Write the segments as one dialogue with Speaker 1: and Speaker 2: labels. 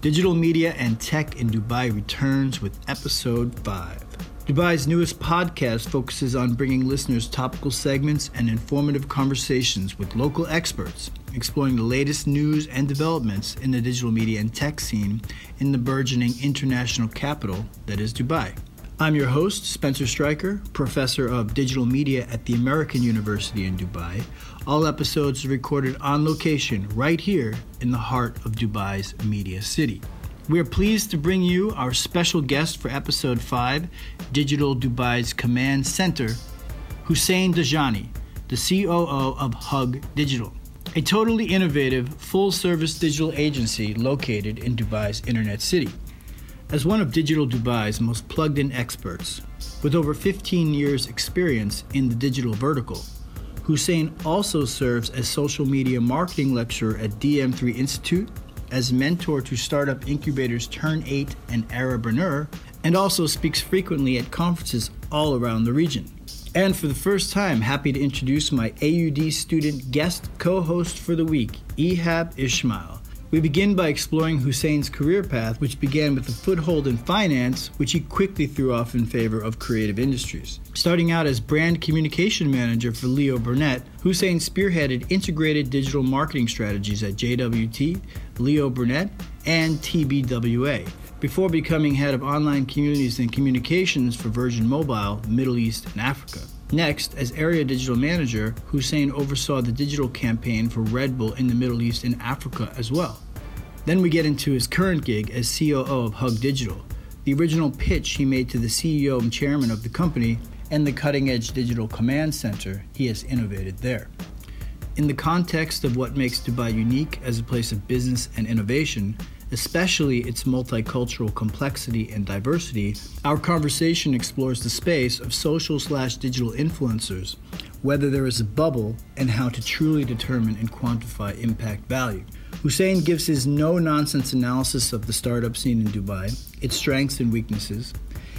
Speaker 1: Digital Media and Tech in Dubai returns with episode 5. Dubai's newest podcast focuses on bringing listeners topical segments and informative conversations with local experts, exploring the latest news and developments in the digital media and tech scene in the burgeoning international capital that is Dubai. I'm your host, Spencer Stryker, professor of digital media at the American University in Dubai. All episodes are recorded on location right here in the heart of Dubai's media city. We are pleased to bring you our special guest for episode 5, Digital Dubai's Command Center, Hussein Dajani, the COO of Hug Digital, a totally innovative, full service digital agency located in Dubai's Internet City. As one of Digital Dubai's most plugged in experts, with over 15 years' experience in the digital vertical, Hussein also serves as social media marketing lecturer at DM3 Institute, as mentor to startup incubators Turn 8 and Arabpreneur, and also speaks frequently at conferences all around the region. And for the first time, happy to introduce my AUD student guest co host for the week, Ehab Ishmael. We begin by exploring Hussein's career path, which began with a foothold in finance, which he quickly threw off in favor of creative industries. Starting out as brand communication manager for Leo Burnett, Hussein spearheaded integrated digital marketing strategies at JWT, Leo Burnett, and TBWA, before becoming head of online communities and communications for Virgin Mobile, Middle East, and Africa. Next, as area digital manager, Hussein oversaw the digital campaign for Red Bull in the Middle East and Africa as well. Then we get into his current gig as COO of Hug Digital, the original pitch he made to the CEO and chairman of the company and the cutting edge digital command center he has innovated there. In the context of what makes Dubai unique as a place of business and innovation, especially its multicultural complexity and diversity, our conversation explores the space of social slash digital influencers, whether there is a bubble, and how to truly determine and quantify impact value. Hussein gives his no nonsense analysis of the startup scene in Dubai, its strengths and weaknesses,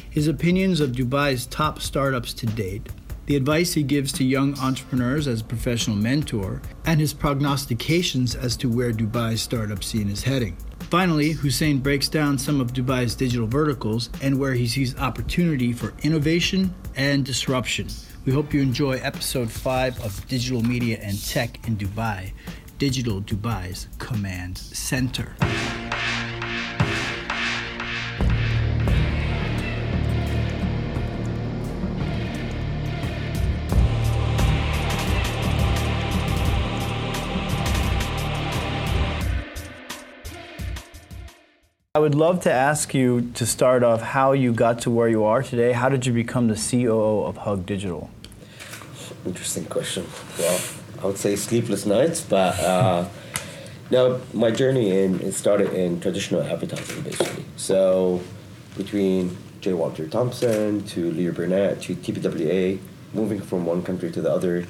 Speaker 1: his opinions of Dubai's top startups to date, the advice he gives to young entrepreneurs as a professional mentor, and his prognostications as to where Dubai's startup scene is heading. Finally, Hussein breaks down some of Dubai's digital verticals and where he sees opportunity for innovation and disruption. We hope you enjoy episode 5 of Digital Media and Tech in Dubai, Digital Dubai's Command Center. I would love to ask you to start off how you got to where you are today. How did you become the COO of Hug Digital?
Speaker 2: Interesting question. Well, I would say sleepless nights, but uh, now my journey in it started in traditional advertising basically. So between J. Walter Thompson to Leo Burnett to TPWA, moving from one country to the other.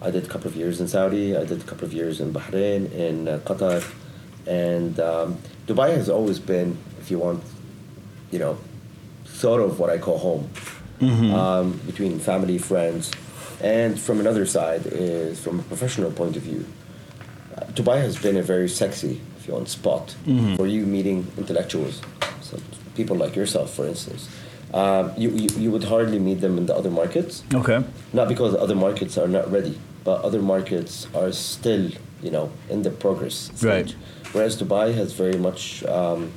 Speaker 2: I did a couple of years in Saudi. I did a couple of years in Bahrain, in uh, Qatar, and um, Dubai has always been, if you want, you know, sort of what I call home
Speaker 1: Mhm.
Speaker 2: um, between family, friends, and from another side is from a professional point of view. Uh, Dubai has been a very sexy, if you want, spot
Speaker 1: Mhm.
Speaker 2: for you meeting intellectuals, so people like yourself, for instance. Um, you, you, you would hardly meet them in the other markets
Speaker 1: Okay.
Speaker 2: not because other markets are not ready, but other markets are still, you know, in the progress stage.
Speaker 1: Right.
Speaker 2: Whereas Dubai has very much, um,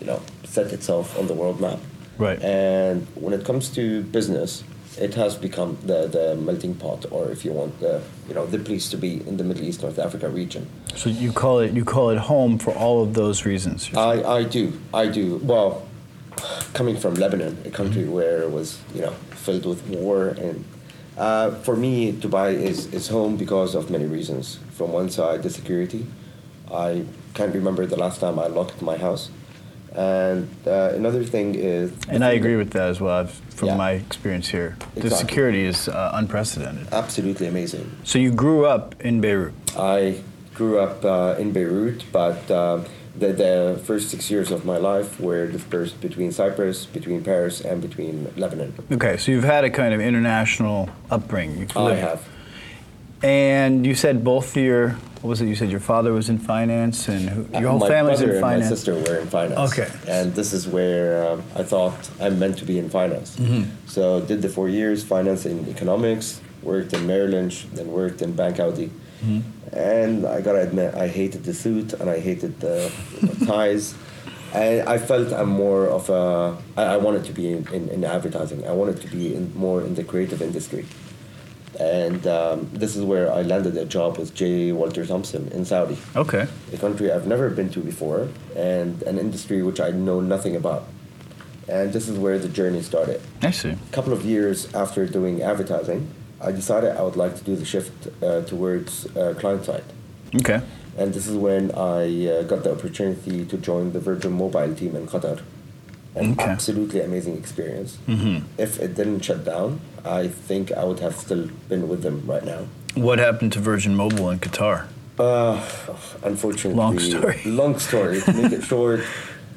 Speaker 2: you know, set itself on the world map.
Speaker 1: Right.
Speaker 2: Uh, And when it comes to business, it has become the, the melting pot, or if you want, the you know, the place to be in the Middle East, North Africa region.
Speaker 1: So you call it you call it home for all of those reasons.
Speaker 2: I, I do, I do. Well, coming from Lebanon, a country
Speaker 1: Mm-hmm.
Speaker 2: where it was, you know, filled with war, and uh, for me, Dubai is, is home because of many reasons. From one side, the security. I can't remember the last time I locked my house. And uh, another thing is.
Speaker 1: and I agree with that as well. I've, from
Speaker 2: Yeah.
Speaker 1: my experience here, the
Speaker 2: Exactly.
Speaker 1: security is uh, unprecedented.
Speaker 2: Absolutely amazing.
Speaker 1: So you grew up in Beirut.
Speaker 2: I grew up uh, in Beirut, but um the, the first six years of my life were dispersed between Cyprus, between Paris, and between Lebanon. Oh,
Speaker 1: Okay, so you've had a kind of international upbringing. You've
Speaker 2: I
Speaker 1: lived-
Speaker 2: have.
Speaker 1: And you said both your, what was it? You said your father was in finance and who, your whole
Speaker 2: Uh, my
Speaker 1: family's
Speaker 2: brother
Speaker 1: in finance.
Speaker 2: And my sister were in finance.
Speaker 1: Okay.
Speaker 2: And this is where um, I thought I'm meant to be in finance.
Speaker 1: Mm-hmm.
Speaker 2: So did the four years finance in economics, worked in Merrill Lynch, then worked in Bank Audi.
Speaker 1: Mm-hmm.
Speaker 2: And I gotta admit, I hated the suit and I hated the ties. And I felt I'm more of a. I, I wanted to be in, in, in advertising. I wanted to be in, more in the creative industry. And um, this is where I landed a job with J. Walter Thompson in Saudi
Speaker 1: Okay.
Speaker 2: a country I've never been to before, and an industry which I know nothing about. And this is where the journey started.
Speaker 1: I see.
Speaker 2: A couple of years after doing advertising, I decided I would like to do the shift uh, towards uh, client side.
Speaker 1: Okay.
Speaker 2: And this is when I uh, got the opportunity to join the Virgin Mobile team in Qatar. An
Speaker 1: Okay.
Speaker 2: absolutely amazing experience.
Speaker 1: Mhm.
Speaker 2: If it didn't shut down, I think I would have still been with them right now.
Speaker 1: What happened to Virgin Mobile in Qatar?
Speaker 2: Uh, unfortunately,
Speaker 1: Long story.
Speaker 2: Long story. To make it short,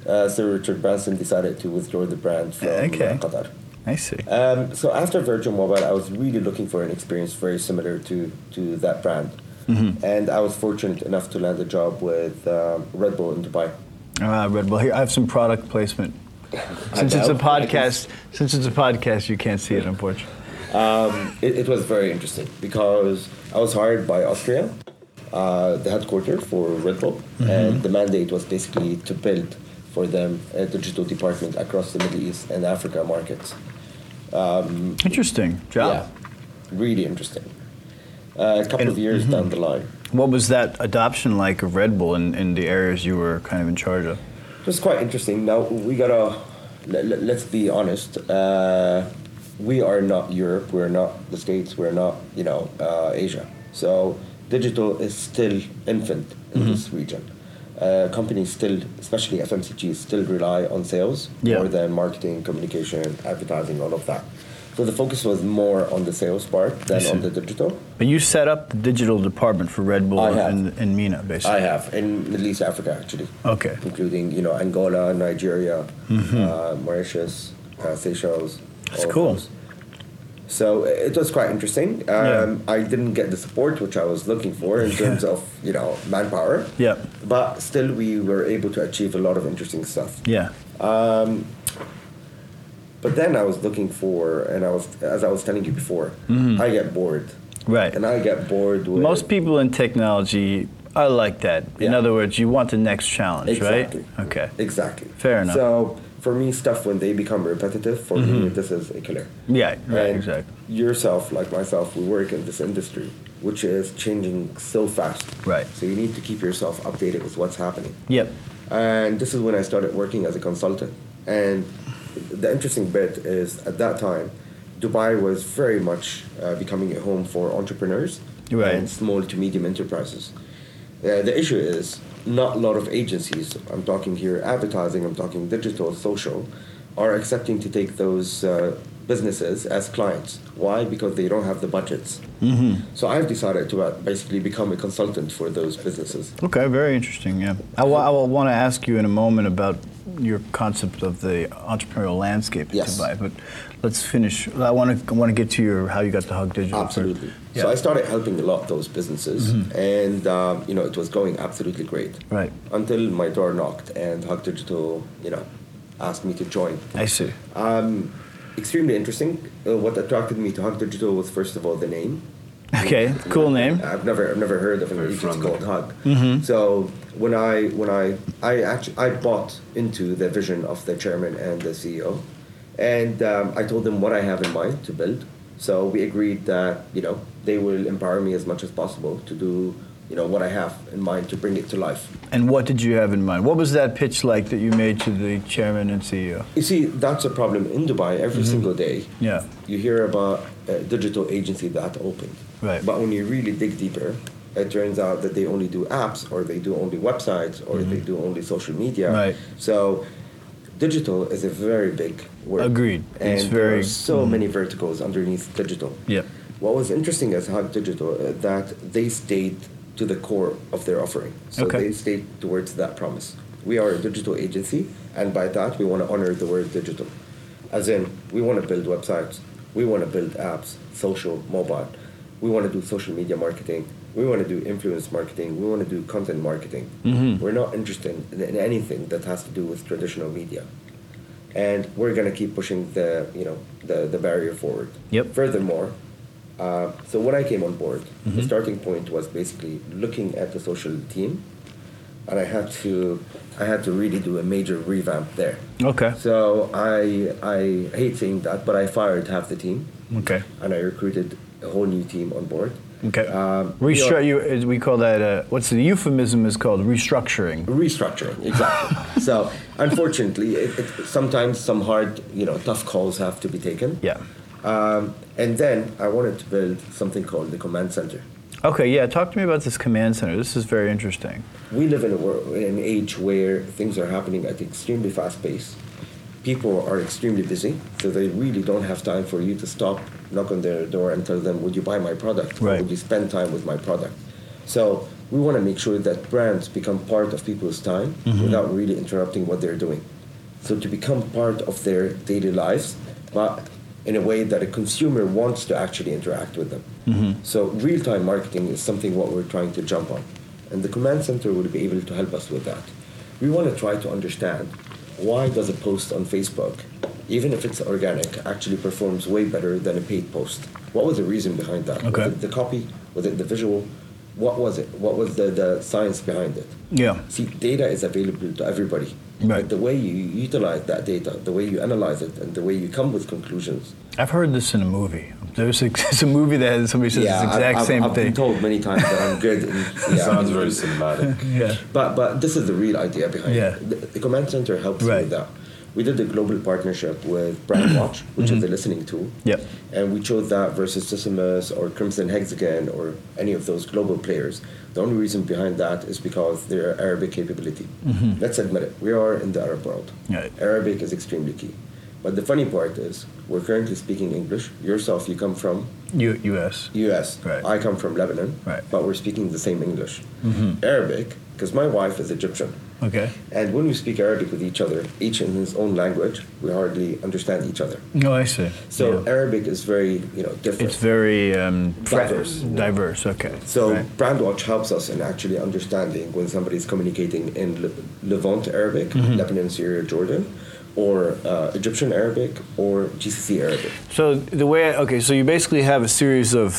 Speaker 2: uh, Sir Richard Branson decided to withdraw the brand from
Speaker 1: Okay.
Speaker 2: uh, Qatar.
Speaker 1: I see.
Speaker 2: Um, so after Virgin Mobile, I was really looking for an experience very similar to to that brand,
Speaker 1: Mm-hmm.
Speaker 2: and I was fortunate enough to land a job with um, Red Bull in Dubai.
Speaker 1: Ah, Red Bull. Here, I have some product placement. Since it's a
Speaker 2: know. I can
Speaker 1: podcast, since it's a podcast, you can't see it, unfortunately.
Speaker 2: It, it was very interesting because I was hired by Austria, uh, the headquarter for Red Bull,
Speaker 1: Mm-hmm.
Speaker 2: and the mandate was basically to build for them a digital department across the Middle East and Africa markets.
Speaker 1: Interesting job.
Speaker 2: really interesting. Uh, a couple of years
Speaker 1: mm-hmm.
Speaker 2: down the line,
Speaker 1: What was that adoption like of Red Bull in, in the areas you were kind of in charge of?
Speaker 2: it was quite interesting. Now we gotta let, let, let's be honest. Uh, we are not Europe. We're not the States. We're not you know uh, Asia. So digital is still infant in
Speaker 1: Mm-hmm.
Speaker 2: this region. Uh, companies still, especially FMCGs, still rely on sales
Speaker 1: Yeah.
Speaker 2: more than marketing, communication, advertising, all of that. So the focus was more on the sales part than on
Speaker 1: see.
Speaker 2: the digital.
Speaker 1: But you set up the digital department for Red Bull
Speaker 2: I have.
Speaker 1: in, in MENA, basically.
Speaker 2: I have in Middle East Africa actually.
Speaker 1: Okay.
Speaker 2: Including you know Angola, Nigeria, uh, Mauritius, uh, Seychelles.
Speaker 1: Mm-hmm. That's
Speaker 2: all of
Speaker 1: cool.
Speaker 2: those. So it was quite interesting. Um,
Speaker 1: Yeah.
Speaker 2: I didn't get the support which I was looking for in terms of you know manpower.
Speaker 1: Yeah.
Speaker 2: But still, we were able to achieve a lot of interesting stuff.
Speaker 1: Yeah.
Speaker 2: But then I was looking for, and I was as I was telling you before, I get bored,
Speaker 1: Right.
Speaker 2: and I get bored with
Speaker 1: Mm-hmm. Most people in technology are like that. In
Speaker 2: Yeah.
Speaker 1: other words, you want the next challenge,
Speaker 2: Exactly.
Speaker 1: right? Okay.
Speaker 2: Exactly.
Speaker 1: Fair enough. Mm-hmm.
Speaker 2: So for me, stuff when they become repetitive, for me, this is a killer.
Speaker 1: Yeah, right,
Speaker 2: And
Speaker 1: exactly.
Speaker 2: Yourself, like myself, we work in this industry, which is changing so fast.
Speaker 1: Right.
Speaker 2: So you need to keep yourself updated with what's happening.
Speaker 1: Yep.
Speaker 2: And this is when I started working as a consultant. And the interesting bit is at that time, Dubai was very much uh, becoming a home for entrepreneurs
Speaker 1: Right.
Speaker 2: and small to medium enterprises. Uh, the issue is not a lot of agencies, I'm talking here advertising, I'm talking digital, social, are accepting to take those uh, businesses as clients. Why? Because they don't have the budgets.
Speaker 1: Mm-hmm.
Speaker 2: So I've decided to uh, basically become a consultant for those businesses.
Speaker 1: Okay, very interesting. Yeah, I will want to ask you in a moment about your concept of the entrepreneurial landscape in
Speaker 2: Yes.
Speaker 1: Dubai, but let's finish. I want to want to get to your how you got to Hug Digital. first.
Speaker 2: Absolutely.
Speaker 1: Yeah. Mm-hmm.
Speaker 2: So I started helping a lot of those businesses, and um, you know it was going absolutely great.
Speaker 1: Right.
Speaker 2: Until my door knocked and Hug Digital, you know, asked me to join.
Speaker 1: I see.
Speaker 2: Extremely interesting. Uh, what attracted me to Hug Digital was first of all the name. Uh,
Speaker 1: Okay, cool name. Mm-hmm.
Speaker 2: I've never I've never heard of an
Speaker 3: Very
Speaker 2: agency
Speaker 3: friendly.
Speaker 2: called Hug. So when I when I I actually I bought into the vision of the chairman and the CEO, and um, I told them what I have in mind to build. So we agreed that you know they will empower me as much as possible to do you know what I have in mind to bring it to life.
Speaker 1: And what did you have in mind? What was that pitch like that you made to the chairman and E CEO?
Speaker 2: You see, that's a problem in Dubai every
Speaker 1: Mm-hmm.
Speaker 2: single day.
Speaker 1: Yeah.
Speaker 2: You hear about a digital agency that opened.
Speaker 1: Right.
Speaker 2: But when you really dig deeper, it turns out that they only do apps or they do only websites or they do only social media.
Speaker 1: Mm-hmm. Right.
Speaker 2: So digital is a very big word.
Speaker 1: Agreed.
Speaker 2: And
Speaker 1: It's
Speaker 2: there
Speaker 1: very- Mm-hmm.
Speaker 2: are so many verticals underneath digital.
Speaker 1: Yep.
Speaker 2: What was interesting is how digital uh, that they stayed to the core of their offering. So
Speaker 1: Okay.
Speaker 2: they stayed towards that promise. We are a digital agency, and by that we want to honor the word digital, as in we want to build websites, we want to build apps, social, mobile, we want to do social media marketing, we want to do influence marketing, we want to do content marketing. We're not interested in, in anything that has to do with traditional media, and we're going to keep pushing the you know the the barrier forward.
Speaker 1: Yep.
Speaker 2: Furthermore. Uh, so when I came on board, the starting point was basically looking at the social team, and I had to, I had to really do a major revamp there.
Speaker 1: Okay.
Speaker 2: So I I hate saying that, but I fired half the team
Speaker 1: Okay.
Speaker 2: and I recruited a whole new team on board.
Speaker 1: Okay.
Speaker 2: Um,
Speaker 1: Restru- you, is- we call that, uh, what's the euphemism is called restructuring.
Speaker 2: Restructuring, exactly. so unfortunately, it, it, sometimes some hard, you know, tough calls have to be taken.
Speaker 1: Yeah.
Speaker 2: Um, and then I wanted to build something called the command center.
Speaker 1: Okay, yeah, talk to me about this command center. This is very interesting.
Speaker 2: we live in a world, in an age where things are happening at extremely fast pace. People are extremely busy, so they really don't have time for you to stop, knock on their door, and tell them, "Would you buy my product? Or
Speaker 1: Right.
Speaker 2: Would you spend time with my product?" So we want to make sure that brands become part of people's time without really interrupting what they're doing. So to become part of their daily lives, but in a way that a consumer wants to actually interact with them. So real-time marketing is something what we're trying to jump on, and the command center will be able to help us with that. We want to try to understand why does a post on Facebook, even if it's organic, actually performs way better than a paid post. What was the reason behind that?
Speaker 1: Okay.
Speaker 2: Was it the copy? Was it the visual? What was it? What was the, the science behind it?
Speaker 1: Yeah.
Speaker 2: See, data is available to everybody.
Speaker 1: Right.
Speaker 2: But the way you utilize that data, the way you analyze it, and the way you come with conclusions
Speaker 1: I've heard this in a movie. There's a, it's a movie that has- somebody says it's the exact
Speaker 2: I've,
Speaker 1: same
Speaker 2: I've
Speaker 1: thing.
Speaker 2: been told many times that I'm good. In, yeah.
Speaker 4: Sounds very cinematic.
Speaker 1: yeah.
Speaker 2: But but this is the real idea behind
Speaker 1: Yeah.
Speaker 2: it. The, the command center helps
Speaker 1: Right.
Speaker 2: with that. We did a global partnership with Brandwatch, which
Speaker 1: Mm-hmm.
Speaker 2: is a listening tool.
Speaker 1: Yep.
Speaker 2: And we chose that versus Sysimus or Crimson Hexagon or any of those global players. The only reason behind that is because their Arabic capability.
Speaker 1: Mm-hmm.
Speaker 2: Let's admit it. We are in the Arab world.
Speaker 1: Right.
Speaker 2: Arabic is extremely key. But the funny part is, we're currently speaking English. Yourself, you come from
Speaker 1: U- US.
Speaker 2: U.S.
Speaker 1: Right.
Speaker 2: I come from Lebanon,
Speaker 1: Right. Mm-hmm.
Speaker 2: but we're speaking the same English. Arabic, because my wife is Egyptian,
Speaker 1: Okay.
Speaker 2: and when we speak Arabic with each other, each in his own language, we hardly understand each other.
Speaker 1: No, I see.
Speaker 2: So
Speaker 1: Yeah.
Speaker 2: Arabic is very, you know, different.
Speaker 1: it's very um, fra-
Speaker 2: Diverse.
Speaker 1: Diverse, okay.
Speaker 2: so
Speaker 1: Right.
Speaker 2: Brandwatch helps us in actually understanding when somebody is communicating in Le- Levant Arabic,
Speaker 1: Mm-hmm.
Speaker 2: Lebanon, Syria, Jordan, or uh, Egyptian Arabic, or GCC Arabic.
Speaker 1: So the way I, okay, so you basically have a series of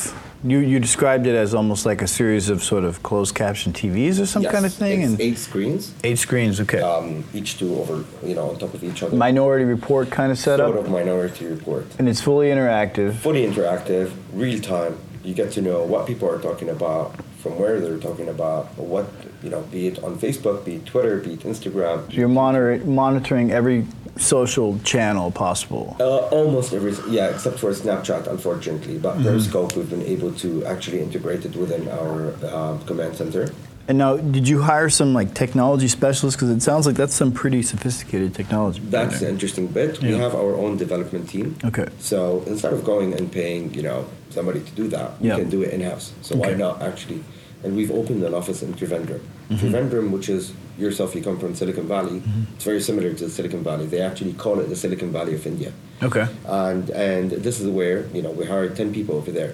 Speaker 1: you, you described it as almost like a series of sort of closed caption TVs or some
Speaker 2: Yes,
Speaker 1: kind of thing,
Speaker 2: it's
Speaker 1: and eight,
Speaker 2: eight screens,
Speaker 1: screens. Okay,
Speaker 2: um, each two over, you know, on top of each other.
Speaker 1: Minority Report kind of setup,
Speaker 2: sort of minority report.
Speaker 1: and it's fully interactive.
Speaker 2: fully interactive, real time. You get to know what people are talking about, from where they're talking about, what you know, be it on Facebook, be it Twitter, be it Instagram.
Speaker 1: You're monitor, monitoring every social channel possible.
Speaker 2: Uh, almost every yeah, except for Snapchat, unfortunately. But
Speaker 1: Mm-hmm.
Speaker 2: Periscope, we've been able to actually integrate it within our um, command center.
Speaker 1: And now, did you hire some like technology specialists? Because it sounds like that's some pretty sophisticated technology.
Speaker 2: That's the interesting bit. We
Speaker 1: Yeah.
Speaker 2: have our own development team.
Speaker 1: Okay.
Speaker 2: So instead of going and paying, you know, somebody to do that,
Speaker 1: Yeah.
Speaker 2: we can do it in house. So why
Speaker 1: Okay. Mm-hmm.
Speaker 2: not actually? And we've opened an office in Trivandrum. Trivandrum, which is yourself, you come from Silicon Valley. It's very similar to Silicon Valley. They actually call it the Silicon Valley of India.
Speaker 1: Okay.
Speaker 2: And and this is where you know we hired ten people over there.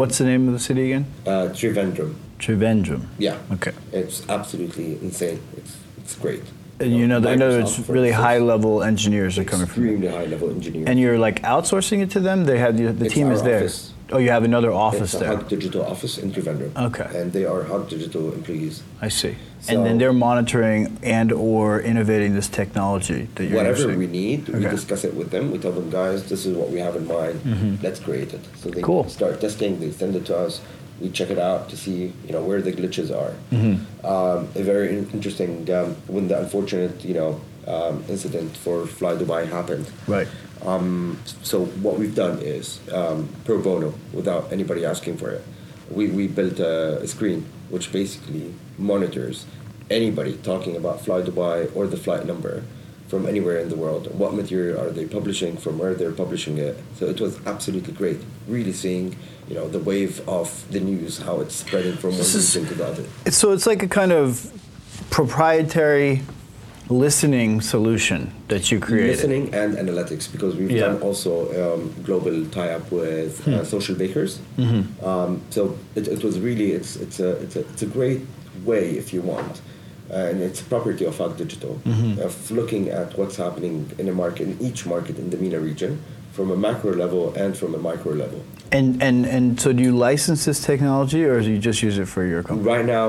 Speaker 1: What's the name of the city again?
Speaker 2: Uh, Trivandrum.
Speaker 1: Trivandrum.
Speaker 2: Yeah.
Speaker 1: Okay.
Speaker 2: It's absolutely insane. It's it's great.
Speaker 1: And you know, that- I know
Speaker 2: Microsoft,
Speaker 1: it's
Speaker 2: for
Speaker 1: really
Speaker 2: instance,
Speaker 1: high level engineers are coming from.
Speaker 2: Extremely high level engineers.
Speaker 1: And you're like outsourcing it to them? They have the, the
Speaker 2: It's
Speaker 1: team is
Speaker 2: our
Speaker 1: there.
Speaker 2: office.
Speaker 1: Oh, you have another office
Speaker 2: it's a
Speaker 1: there.
Speaker 2: Hub Digital office in Trivandrum.
Speaker 1: Okay.
Speaker 2: And they are Hub Digital employees.
Speaker 1: I see.
Speaker 2: So-
Speaker 1: and then they're monitoring and or innovating this technology that you're
Speaker 2: Whatever
Speaker 1: using.
Speaker 2: we need, we
Speaker 1: Okay.
Speaker 2: discuss it with them. We tell them, guys, this is what we have in mind. Let's create it. So they
Speaker 1: Mm-hmm. Cool.
Speaker 2: start testing. They send it to us. We check it out to see, you know, where the glitches are.
Speaker 1: Mm-hmm.
Speaker 2: Um, a very in- interesting um, when the unfortunate, you know, um, incident for Fly Dubai happened.
Speaker 1: Right.
Speaker 2: So what we've done is um, pro bono, without anybody asking for it. We, we built a, a screen which basically monitors anybody talking about Fly Dubai or the flight number from anywhere in the world. What material are they publishing? From where they're publishing it? So it was absolutely great. Really seeing, you know, the wave of the news, how it's spreading from one
Speaker 1: This is-
Speaker 2: region to the other.
Speaker 1: So it's like a kind of proprietary listening solution that you created.
Speaker 2: Listening and analytics, because we've
Speaker 1: Yeah. Hmm.
Speaker 2: done also um, global tie-up with uh, social bakers.
Speaker 1: Mm-hmm.
Speaker 2: Um, so it, it was really it's it's a, it's a it's a great way if you want, Uh, and it's a property of Ag Digital
Speaker 1: Mm-hmm.
Speaker 2: of looking at what's happening in a market in each market in the MENA region from a macro level and from a micro level.
Speaker 1: And, and and so do you license this technology or do you just use it for your company?
Speaker 2: Right now,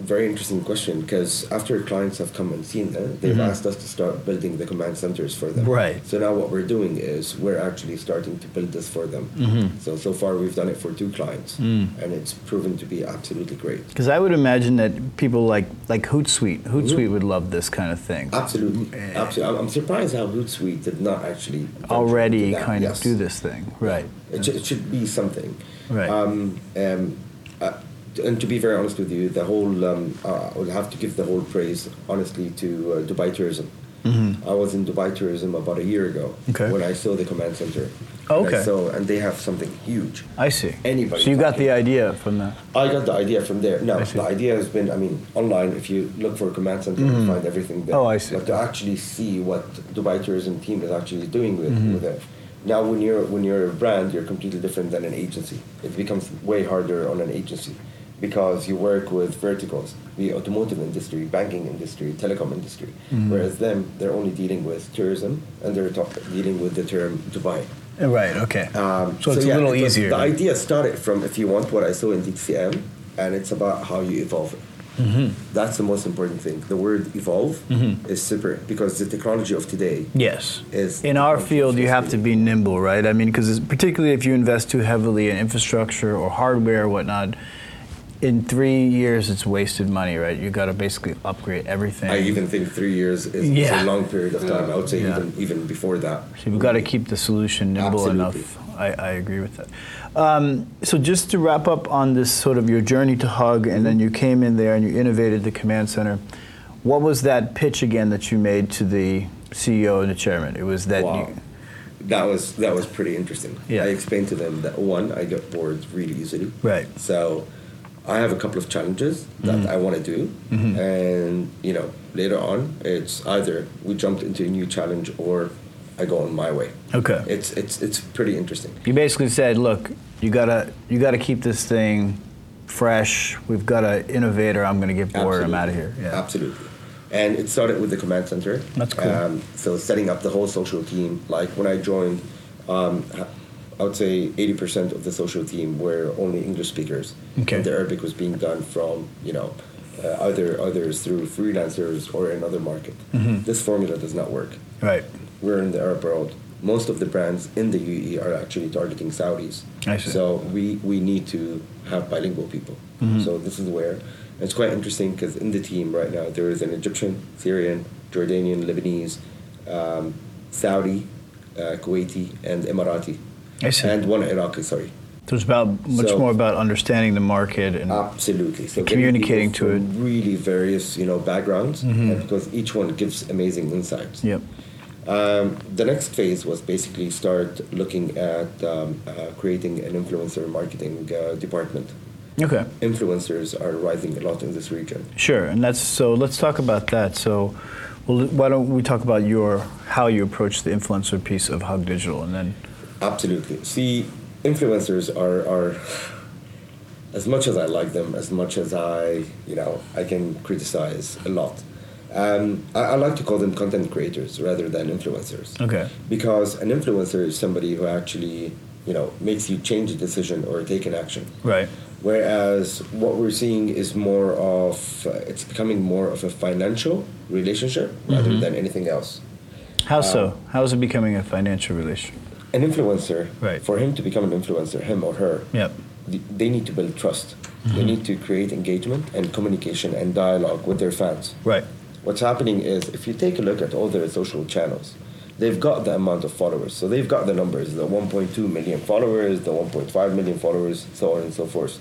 Speaker 2: a very interesting question because after clients have come and seen them, they've asked us to start building the command centers for them.
Speaker 1: Mm-hmm. Right.
Speaker 2: So now what we're doing is we're actually starting to build this for them.
Speaker 1: Mm-hmm.
Speaker 2: So so far we've done it for two clients,
Speaker 1: Mm.
Speaker 2: and it's proven to be absolutely great.
Speaker 1: Because I would imagine that people like like Hootsuite, Hootsuite would love this kind of thing. Mm,
Speaker 2: Absolutely,
Speaker 1: eh.
Speaker 2: absolutely. I'm surprised how Hootsuite did not actually venture
Speaker 1: Already
Speaker 2: into that.
Speaker 1: kind
Speaker 2: Yes.
Speaker 1: of do this thing, right?
Speaker 2: It, sh- it should be something.
Speaker 1: Right.
Speaker 2: Um, um, uh, and to be very honest with you, the whole um, uh, I would have to give the whole praise honestly to uh, Dubai Tourism. I was in Dubai Tourism about a year ago
Speaker 1: Mm-hmm. Okay. Oh,
Speaker 2: when I saw the command center.
Speaker 1: Okay.
Speaker 2: And I saw- and they have something huge.
Speaker 1: I see.
Speaker 2: Anybody
Speaker 1: So you got
Speaker 2: talking.
Speaker 1: the idea from that.
Speaker 2: I got the idea from there. No,
Speaker 1: I see.
Speaker 2: the idea has been, I mean, online, if you look for a command center, you find everything there.
Speaker 1: Oh, I see.
Speaker 2: But to actually see what Dubai tourism team is actually doing with,
Speaker 1: Mm-hmm.
Speaker 2: with it. Now, when you're, when you're a brand, you're completely different than an agency. It becomes way harder on an agency because you work with verticals, the automotive industry, banking industry, telecom industry.
Speaker 1: Mm-hmm.
Speaker 2: Whereas them, they're only dealing with tourism and they're talk, dealing with the term Dubai.
Speaker 1: Uh, Right. Okay.
Speaker 2: Um,
Speaker 1: so, it's
Speaker 2: yeah,
Speaker 1: a little
Speaker 2: it was-
Speaker 1: easier.
Speaker 2: The idea started from, if you want, what I saw in DCM, and it's about how you evolve it.
Speaker 1: Mm-hmm.
Speaker 2: That's the most important thing. The word evolve is super because the technology of today.
Speaker 1: Yes.
Speaker 2: is-
Speaker 1: in our field, you have to be nimble, right? I mean, because particularly if you invest too heavily in infrastructure or hardware or whatnot, in three years it's wasted money, right? You got to basically upgrade everything.
Speaker 2: I even think three years is, is
Speaker 1: Yeah.
Speaker 2: a long period of time. I would say
Speaker 1: Yeah.
Speaker 2: even even before that.
Speaker 1: So we've got to keep the solution nimble
Speaker 2: Absolutely.
Speaker 1: enough. I, I agree with that. Um, so just to wrap up on this sort of your journey to Hug, and
Speaker 2: Mm-hmm.
Speaker 1: then you came in there and you innovated the command center. What was that pitch again that you made to the CEO and the chairman? It was that
Speaker 2: Wow.
Speaker 1: you,
Speaker 2: That was that was pretty interesting.
Speaker 1: Yeah.
Speaker 2: I explained to them that one, I get bored really easily.
Speaker 1: Right. Mm-hmm.
Speaker 2: So I have a couple of challenges that I want to do, and you know later on it's either we jump into a new challenge or I go on my way.
Speaker 1: okay.
Speaker 2: It's it's it's pretty interesting.
Speaker 1: You basically said, look, you gotta you gotta keep this thing fresh. We've got to innovate, or I'm gonna get bored. I'm out of here.
Speaker 2: Absolutely. Absolutely. And it started with the command center. Um,
Speaker 1: That's cool.
Speaker 2: so setting up the whole social team. Like when I joined, um, ha- I would say 80% of the social team were only English speakers.
Speaker 1: Okay.
Speaker 2: And the Arabic was being done from, you know, uh, either others through freelancers or another market.
Speaker 1: Mm-hmm.
Speaker 2: This formula does not work.
Speaker 1: Right.
Speaker 2: We're in the Arab world. Most of the brands in the UAE are actually targeting Saudis.
Speaker 1: I see.
Speaker 2: So we, we need to have bilingual people.
Speaker 1: Mm-hmm.
Speaker 2: So this is where it's quite interesting because in the team right now there is an Egyptian, Syrian, Jordanian, Lebanese, um, Saudi, uh, Kuwaiti, and Emirati,
Speaker 1: I see. Mm-hmm.
Speaker 2: and one Iraqi. Sorry,
Speaker 1: so it's about much
Speaker 2: So-
Speaker 1: more about understanding the market and
Speaker 2: absolutely. So getting
Speaker 1: Communicating
Speaker 2: people
Speaker 1: to Mm-hmm.
Speaker 2: from really various you know backgrounds and because each one gives amazing insights.
Speaker 1: yep.
Speaker 2: Um, the next phase was basically start looking at um, uh, creating an influencer marketing uh, department.
Speaker 1: Okay.
Speaker 2: Influencers are rising a lot in this region.
Speaker 1: Sure. And that's so. Let's talk about that. So, well, why don't we talk about your how you approach the influencer piece of Hug Digital, and then
Speaker 2: Absolutely. See, influencers are, are as much as I like them, as much as I, you know, I can criticize a lot. Um, I, I like to call them content creators rather than influencers.
Speaker 1: okay.
Speaker 2: Because an influencer is somebody who actually, you know, makes you change a decision or take an action.
Speaker 1: Right.
Speaker 2: Whereas what we're seeing is more of, uh, it's becoming more of a financial relationship rather than anything else.
Speaker 1: How
Speaker 2: Um,
Speaker 1: so? How is it becoming a financial relation?
Speaker 2: An influencer,
Speaker 1: Right.
Speaker 2: for him to become an influencer, him or her,
Speaker 1: Yep.
Speaker 2: th- they need to build trust. They need to create engagement and communication and dialogue with their fans.
Speaker 1: Right.
Speaker 2: What's happening is, if you take a look at all their social channels, they've got the amount of followers. So they've got the numbers the 1.2 million followers, the 1.5 million followers, so on and so forth.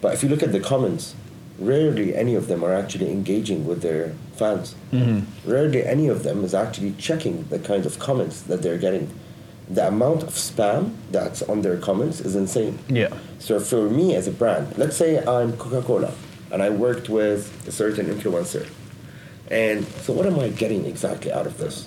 Speaker 2: But if you look at the comments, rarely any of them are actually engaging with their fans. Rarely any of them is actually checking the kind of comments that they're getting. The amount of spam that's on their comments is insane.
Speaker 1: Yeah.
Speaker 2: So for me as a brand, let's say I'm Coca-Cola and I worked with a certain influencer And so, what am I getting exactly out of this?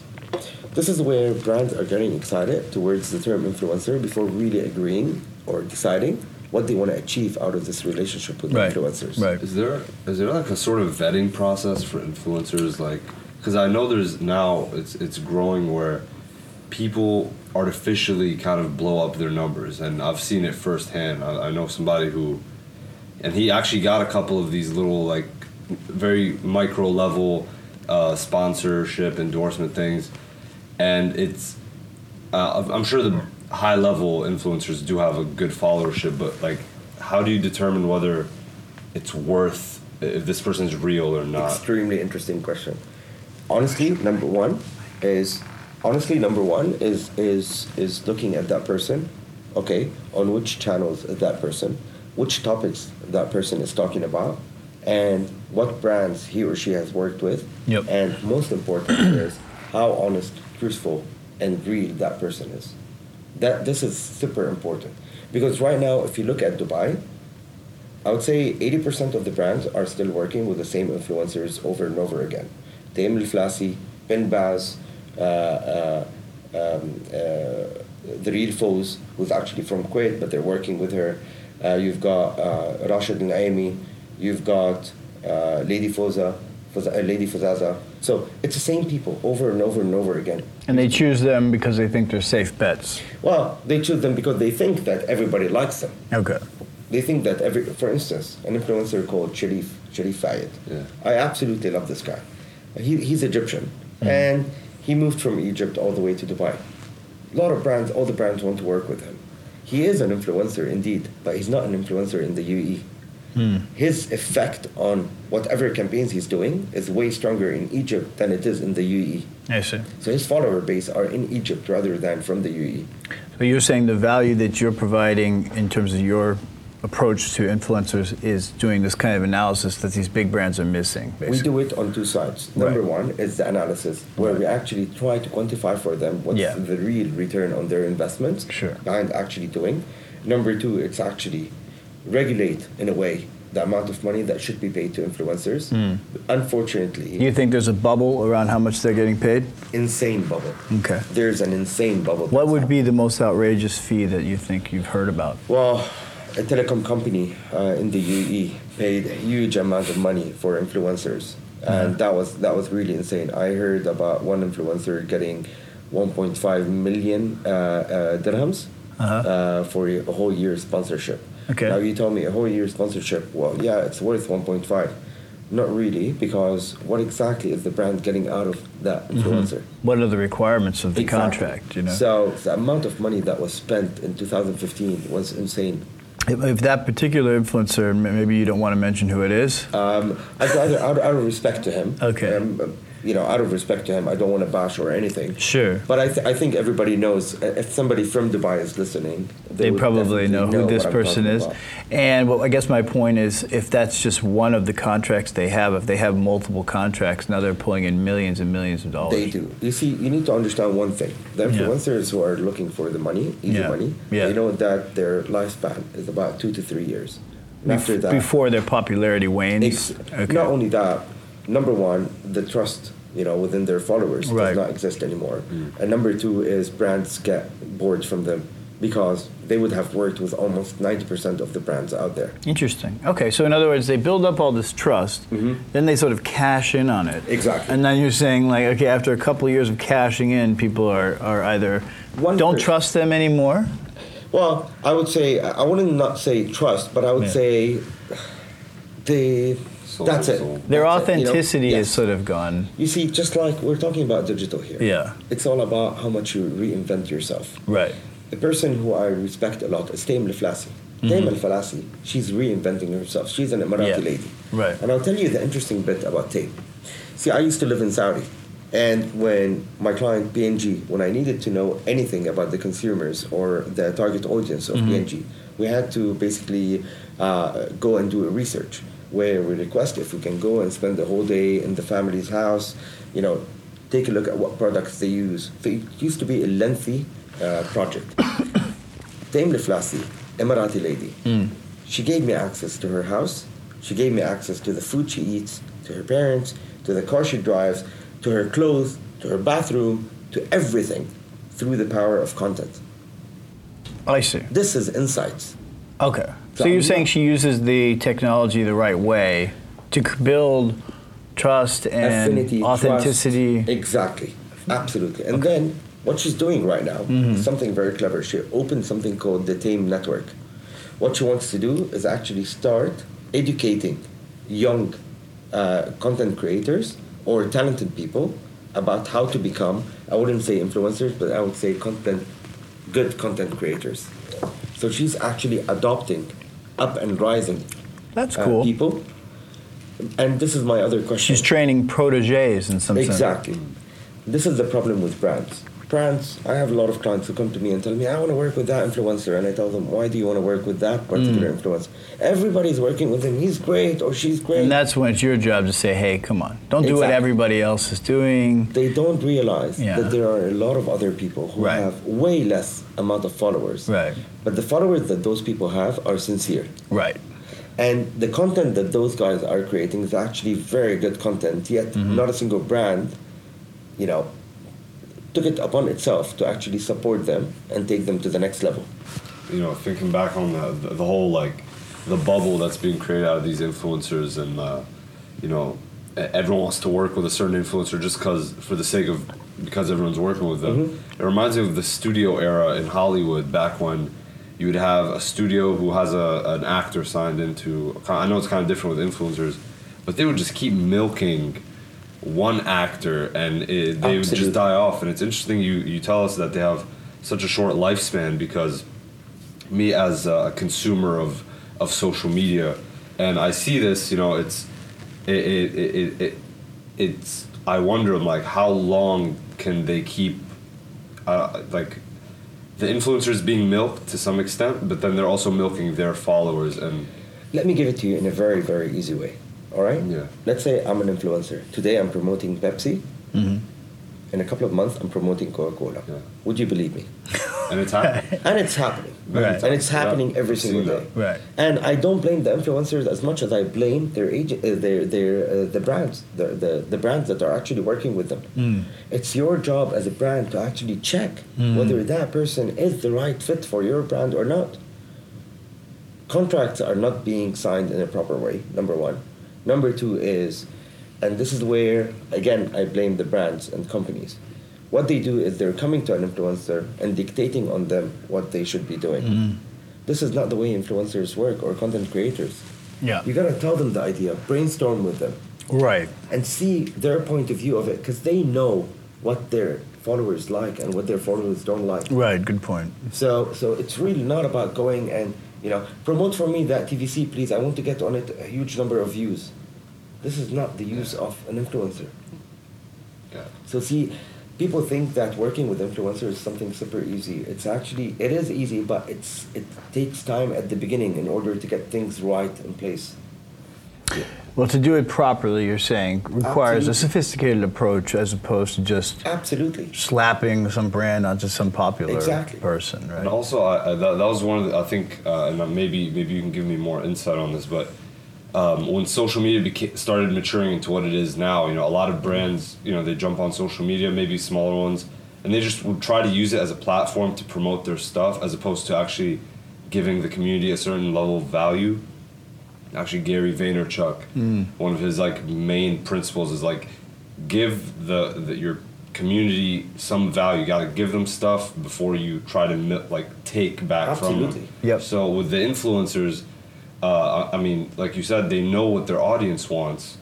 Speaker 2: This is where brands are getting excited towards the term influencer before really agreeing or deciding what they want to achieve out of this relationship with
Speaker 1: Right,
Speaker 2: influencers.
Speaker 1: right.
Speaker 4: Is there is there like a sort of vetting process for influencers? Like, because I know there's now it's it's growing where people artificially kind of blow up their numbers, and I've seen it firsthand. I, I know somebody who, and he actually got a couple of these little like very micro level uh, sponsorship endorsement things, and it's uh, I'm- I'm sure the high level influencers do have a good followership, but like, how do you determine whether it's worth if this person's real or not?
Speaker 2: Extremely interesting question. Honestly, number one is honestly number one is is is looking at that person, okay, on which channels is that person, which topics that person is talking about, and what brands he or she has worked with,
Speaker 1: Yep.
Speaker 2: and most important is how honest, truthful, and real that person is. That this is super important because right now, if you look at Dubai, I would say 80% of the brands are still working with the same influencers over and over again. The Emily Flassi, Ben Baz, uh, uh, um, uh, the Real Foes, who's actually from Kuwait, but they're working with her. Uh, you've got uh, Rashid and Amy. You've got uh, Lady Foza, Foza uh, Lady Fozaza. So it's the same people over and over and over again.
Speaker 1: And they choose them because they think they're safe bets.
Speaker 2: Well, they choose them because they think that everybody likes them.
Speaker 1: Okay.
Speaker 2: They think that every, for instance, an influencer called Sharif, Sharif Fayed.
Speaker 4: Yeah.
Speaker 2: I absolutely love this guy. He, he's Egyptian, and he moved from Egypt all the way to Dubai. A lot of brands, all the brands want to work with him. He is an influencer indeed, but he's not an influencer in the UAE. His effect on whatever campaigns he's doing is way stronger in Egypt than it is in the UAE.
Speaker 1: I see.
Speaker 2: So his follower base are in Egypt rather than from the E. UAE.
Speaker 1: So you're saying the value that you're providing in terms of your approach to influencers is doing this kind of analysis that these big brands are missing. Basically.
Speaker 2: We do it on two sides. Number
Speaker 1: Right.
Speaker 2: one is the analysis, where we actually try to quantify for them what's
Speaker 1: Yeah.
Speaker 2: the real return on their investments
Speaker 1: Sure.
Speaker 2: behind actually doing. Number two, it's actually regulate in a way the amount of money that should be paid to influencers.
Speaker 1: Hmm.
Speaker 2: Unfortunately,
Speaker 1: You think there's a bubble around how much they're getting paid?
Speaker 2: insane bubble.
Speaker 1: Okay.
Speaker 2: There's an insane bubble.
Speaker 1: What
Speaker 2: that's
Speaker 1: would be the most outrageous fee that you think you've heard about?
Speaker 2: Well, a telecom company uh, in the UAE paid a huge amount of money for influencers,
Speaker 1: Mm-hmm.
Speaker 2: and that was that was really insane. I heard about one influencer getting 1.5 million uh, uh, dirhams uh for a whole year sponsorship.
Speaker 1: Uh-huh. Okay.
Speaker 2: Now you tell me a whole year sponsorship. Well, yeah, it's worth 1.5. Not really, because what exactly is the brand getting out of that influencer?
Speaker 1: What are the requirements of Mm-hmm. the
Speaker 2: Exactly.
Speaker 1: contract? You know,
Speaker 2: So the amount of money that was spent in 2015 was insane.
Speaker 1: if, if that particular influencer, m- maybe you don't want to mention who it is.
Speaker 2: Um, I'd rather, out, out of respect to him.
Speaker 1: Okay.
Speaker 2: Um, you know, out of respect to him, I don't want to bash or anything.
Speaker 1: Sure.
Speaker 2: But I, th- I think everybody knows. uh, If somebody from Dubai is listening,
Speaker 1: they
Speaker 2: would
Speaker 1: probably
Speaker 2: definitely
Speaker 1: know who this
Speaker 2: what I'm
Speaker 1: person
Speaker 2: talking
Speaker 1: is.
Speaker 2: about.
Speaker 1: And well, I guess my point is, if that's just one of the contracts they have, if they have multiple contracts, now they're pulling in millions and millions of dollars.
Speaker 2: They do. You see, you need to understand one thing. The
Speaker 1: Yeah.
Speaker 2: influencers who are looking for the money, easy
Speaker 1: Yeah.
Speaker 2: money,
Speaker 1: Yeah.
Speaker 2: they know that their lifespan is about two to three years. And
Speaker 1: Bef-
Speaker 2: after that,
Speaker 1: before their popularity wanes.
Speaker 2: Ex- Not only that, number one, the trust you know within their followers
Speaker 1: Right.
Speaker 2: does not exist anymore, and number two is brands get bored from them because they would have worked with almost ninety percent of the brands out there.
Speaker 1: Interesting. Okay, so in other words, they build up all this trust, then they sort of cash in on it.
Speaker 2: Mm-hmm. Exactly.
Speaker 1: And then you're saying, like, okay, after a couple of years of cashing in, people are, are either
Speaker 2: One
Speaker 1: don't
Speaker 2: per-
Speaker 1: trust them anymore.
Speaker 2: Well, I would say I wouldn't not say trust, but I would
Speaker 1: Yeah.
Speaker 2: say they.
Speaker 4: Sold,
Speaker 2: that's it.
Speaker 4: sold.
Speaker 1: Their
Speaker 2: That's it, you know?
Speaker 1: authenticity
Speaker 2: Yes.
Speaker 1: is sort of gone.
Speaker 2: You see, just like we're talking about digital here.
Speaker 1: Yeah.
Speaker 2: It's all about how much you reinvent yourself.
Speaker 1: Right.
Speaker 2: The person who I respect a lot is Tame Laflassi. Tame Al-Falassi, she's reinventing herself. She's an Emirati
Speaker 1: Yeah.
Speaker 2: lady.
Speaker 1: Right.
Speaker 2: And I'll tell you the interesting bit about Tame. See, I used to live in Saudi. And when my client PNG, when I needed to know anything about the consumers or the target audience of PNG, we had to basically uh, go and do a research where we request if we can go and spend the whole day in the family's house, you know, take a look at what products they use. So it used to be a lengthy uh, project. Dame Liflassi, Emirati lady. She gave me access to her house. She gave me access to the food she eats, to her parents. to the car she drives, to her clothes, to her bathroom, to everything through the power of content.
Speaker 1: I see.
Speaker 2: This is insights.
Speaker 1: Okay. So
Speaker 2: So-
Speaker 1: you're saying she uses the technology the right way to c- build trust and
Speaker 2: Affinity,
Speaker 1: authenticity.
Speaker 2: trust. Exactly. Absolutely. And then what she's doing right now,
Speaker 1: Mm-hmm.
Speaker 2: is something very clever. She opened something called the Tame Network. What she wants to do is actually start educating young uh, content creators or talented people about how to become, I wouldn't say influencers, but I would say content, good content creators. So she's actually adopting up and rising
Speaker 1: That's
Speaker 2: uh,
Speaker 1: cool.
Speaker 2: people. And this is my other question.
Speaker 1: She's training proteges in some sense.
Speaker 2: Exactly. This is the problem with brands. Brands, I have a lot of clients who come to me and tell me, I want to work with that influencer. And I tell them, why do you want to work with that
Speaker 1: Hmm.
Speaker 2: particular influencer? Everybody's working with him. He's great or she's great.
Speaker 1: And that's when it's your job to say, hey, come on, don't do what
Speaker 2: Exactly.
Speaker 1: everybody else is doing.
Speaker 2: they don't realize
Speaker 1: Yeah.
Speaker 2: that there are a lot of other people who
Speaker 1: Right.
Speaker 2: have way less amount of followers.
Speaker 1: Right,
Speaker 2: But the followers that those people have are sincere.
Speaker 1: right.
Speaker 2: And the content that those guys are creating is actually very good content, yet
Speaker 4: Mm-hmm.
Speaker 2: not a single brand, you know, took it upon itself to actually support them and take them to the next level.
Speaker 4: you know, thinking back on the the the whole like the bubble that's being created out of these influencers, and uh, you know, e- everyone wants to work with a certain influencer just because for the sake of because everyone's working with them. It reminds me of the studio era in Hollywood back when you would have a studio who has a an actor signed into. I know it's kind of different with influencers, but they would just keep milking one actor and it, they would just
Speaker 2: Absolutely.
Speaker 4: die off. And it's interesting you, you tell us that they have such a short lifespan because me as a consumer of, of social media, and I see this, you know, it's it, it, it, it, it it's I wonder I'm like how long can they keep uh, like the influencers being milked to some extent, but then they're also milking their followers and
Speaker 2: Let me give it to you in a very, very easy way. All right?
Speaker 4: Yeah.
Speaker 2: Let's say I'm an influencer. Today I'm promoting Pepsi. In a couple of months, I'm promoting Coca Cola.
Speaker 4: Mm-hmm. Yeah.
Speaker 2: Would you believe me?
Speaker 4: and it's happening.
Speaker 2: And it's happening.
Speaker 4: Right.
Speaker 2: And it's
Speaker 4: Yeah.
Speaker 2: happening every
Speaker 4: I've
Speaker 2: single
Speaker 4: seen
Speaker 2: day.
Speaker 4: that.
Speaker 1: Right.
Speaker 2: And I don't blame the influencers as much as I blame their age, uh, their their uh, the brands, the, the the brands that are actually working with them. It's your job as a brand to actually check whether that person is the right fit for your brand or not. Contracts are not being signed in a proper way. Number one. Number two is, and this is where again I blame the brands and companies. What they do is they're coming to an influencer and dictating on them what they should be doing this is not the way influencers work or content creators.
Speaker 1: Yeah.
Speaker 2: You gotta tell them the idea, brainstorm with them,
Speaker 1: Right.
Speaker 2: and see their point of view of it, because they know what their followers like and what their followers don't like.
Speaker 1: Right. Good point.
Speaker 2: So, so it's really not about going and you know promote for me that TVC, please. I want to get on it a huge number of views. This is not the use of an influencer.
Speaker 4: Yeah.
Speaker 2: So see, people think that working with influencers is something super easy. It's actually it is easy, but it's it takes time at the beginning in order to get things right in place.
Speaker 1: Well, to do it properly, you're saying requires a
Speaker 2: Absolutely.
Speaker 1: sophisticated approach as opposed to just
Speaker 2: Absolutely.
Speaker 1: slapping some brand onto some popular
Speaker 2: Exactly.
Speaker 1: person, right?
Speaker 4: And also, I, I, that, that was one of the, I think, uh, and maybe maybe you can give me more insight on this, but um, when social media beca- started maturing into what it is now, you know, a lot of brands, you know, they jump on social media, maybe smaller ones, and they just would try to use it as a platform to promote their stuff, as opposed to actually giving the community a certain level of value. Actually, Gary Vaynerchuk, one of his like main principles is like give the, the your community some value. You got to give them stuff before you try to mi- like take back from
Speaker 2: Absolutely.
Speaker 4: them.
Speaker 1: Yep.
Speaker 4: So with the influencers, uh, I I mean, like you said, they know what their audience wants,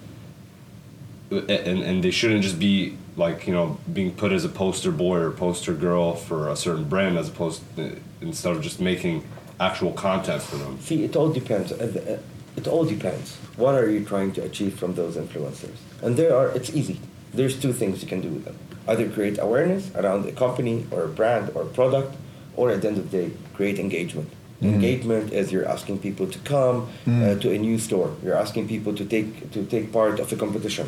Speaker 4: A- and and they shouldn't just be like you know being put as a poster boy or poster girl for a certain brand as opposed uh, instead of just making actual content for them.
Speaker 2: See, it all depends. Uh, uh, It all depends. What are you trying to achieve from those influencers? And there are. It's easy. There's two things you can do with them. Either create awareness around a company or a brand or product, or at the end of the day, create engagement. Engagement is you're asking people to come uh, to a new store. You're asking people to take to take part of a competition.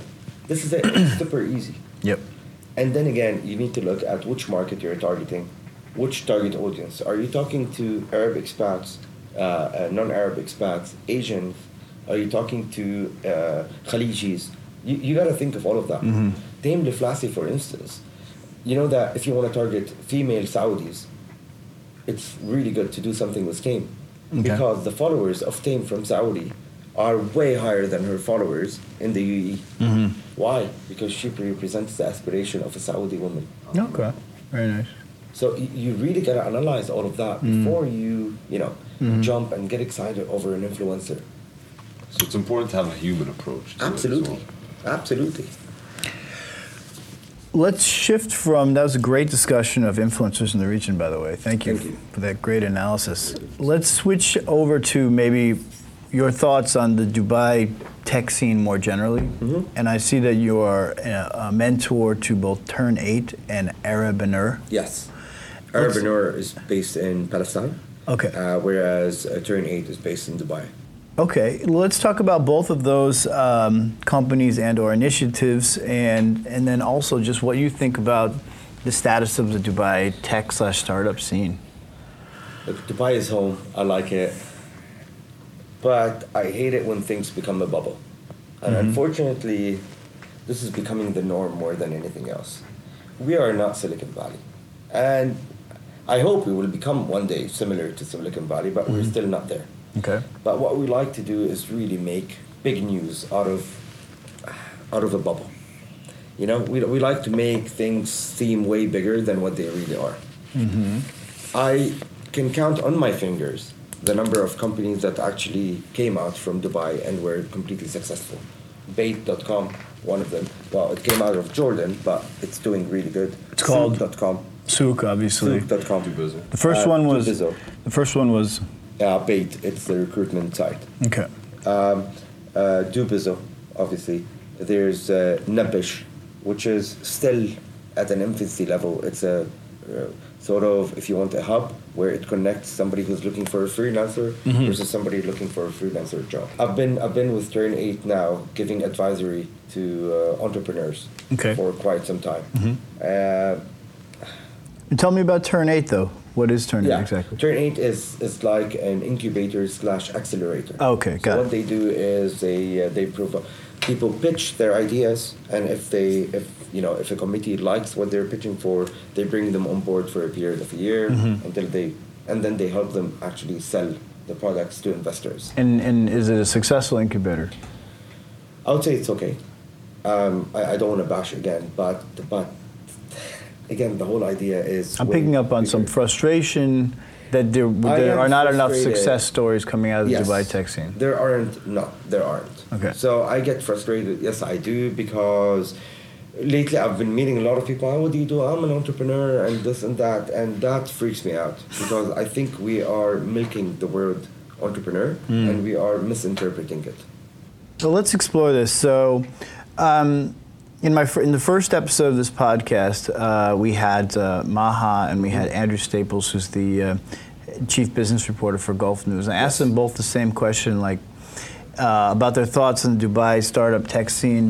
Speaker 2: This is it. it's super easy.
Speaker 1: Yep.
Speaker 2: And then again, you need to look at which market you're targeting, which target audience. Are you talking to Arab expats, uh, uh, non Arab expats, Asians? Are you talking to uh, Khalijis? You, you got to think of all of that. Dame DeFlassi, for instance, you know that if you want to target female Saudis, it's really good to do something with Tame
Speaker 1: Okay.
Speaker 2: because the followers of Tame from Saudi are way higher than her followers in the UAE. Why? Because she represents the aspiration of a Saudi woman.
Speaker 1: Okay. Very nice.
Speaker 2: So y- you really gotta analyze all of that before you, you know, jump and get excited over an influencer.
Speaker 4: So it's important to have a human approach. To It
Speaker 2: Absolutely,
Speaker 4: as well.
Speaker 2: absolutely.
Speaker 1: Let's shift from that was a great discussion of influencers in the region, by the way. Thank you,
Speaker 2: Thank you.
Speaker 1: for that great analysis. Let's switch over to maybe your thoughts on the Dubai tech scene more generally. And I see that you are a, a mentor to both Turn Eight and Arabiner.
Speaker 2: Yes, Urbanor is based in Palestine,
Speaker 1: Okay.
Speaker 2: uh, whereas uh, Turn Eight is based in Dubai.
Speaker 1: Okay, let's talk about both of those um, companies and/or initiatives, and and then also just what you think about the status of the Dubai tech slash startup scene.
Speaker 2: Look, Dubai is home. I like it, but I hate it when things become a bubble, and unfortunately, this is becoming the norm more than anything else. We are not Silicon Valley, and I hope we will become one day similar to Silicon Valley, but we're still not there.
Speaker 1: Okay.
Speaker 2: But what we like to do is really make big news out of out of a bubble. You know, we, we like to make things seem way bigger than what they really are.
Speaker 1: Mm-hmm.
Speaker 2: I can count on my fingers the number of companies that actually came out from Dubai and were completely successful. Bait.com, one of them. Well, it came out of Jordan, but it's doing really good.
Speaker 1: It's called-
Speaker 2: Souk.com.
Speaker 1: Souk, obviously.
Speaker 2: Souk.com.
Speaker 4: Do business.
Speaker 1: The first
Speaker 2: Uh,
Speaker 1: one was
Speaker 2: Tubizo.
Speaker 1: the first one was
Speaker 2: Yeah, Bait. It's uh, the recruitment site.
Speaker 1: okay.
Speaker 2: um, uh, Dubizo, obviously. There's uh, Nabish, which is still at an infancy level. It's a uh, sort of, if you want, a hub where it connects somebody who's looking for a freelancer
Speaker 1: Mm-hmm.
Speaker 2: versus somebody looking for a freelancer job. I've been I've been with Turn Eight now, giving advisory to uh, entrepreneurs
Speaker 1: Okay. Mm-hmm.
Speaker 2: for quite some time. Uh,
Speaker 1: And tell me about Turn Eight though. What is Turn Eight
Speaker 2: yeah,
Speaker 1: exactly?
Speaker 2: Turn Eight is is like an incubator slash accelerator.
Speaker 1: Okay,
Speaker 2: so
Speaker 1: got
Speaker 2: what
Speaker 1: it.
Speaker 2: they do is they uh, they prov- people pitch their ideas, and if they if you know if a committee likes what they're pitching for, they bring them on board for a period of a year
Speaker 1: Mm-hmm.
Speaker 2: until they and then they help them actually sell the products to investors.
Speaker 1: And and is it a successful incubator?
Speaker 2: I would say it's okay. Um, I, I don't want to bash again, but but again, the whole idea is
Speaker 1: I'm
Speaker 2: way
Speaker 1: picking up on some
Speaker 2: bigger.
Speaker 1: frustration that there
Speaker 2: I
Speaker 1: there
Speaker 2: am
Speaker 1: are not enough
Speaker 2: frustrated.
Speaker 1: success stories coming out of the
Speaker 2: Yes.
Speaker 1: Dubai tech scene.
Speaker 2: There aren't. No, there aren't.
Speaker 1: Okay.
Speaker 2: So I get frustrated. Yes, I do because lately I've been meeting a lot of people. Oh, what do you do? I'm an entrepreneur and this and that, and that freaks me out because I think we are milking the word entrepreneur
Speaker 1: Hmm.
Speaker 2: and we are misinterpreting it.
Speaker 1: So let's explore this. So, um, in my fir- in the first episode of this podcast, uh, we had uh, Maha and we had Andrew Staples, who's the uh, chief business reporter for Gulf News. And I asked them both the same question, like uh, about their thoughts on the Dubai startup tech scene.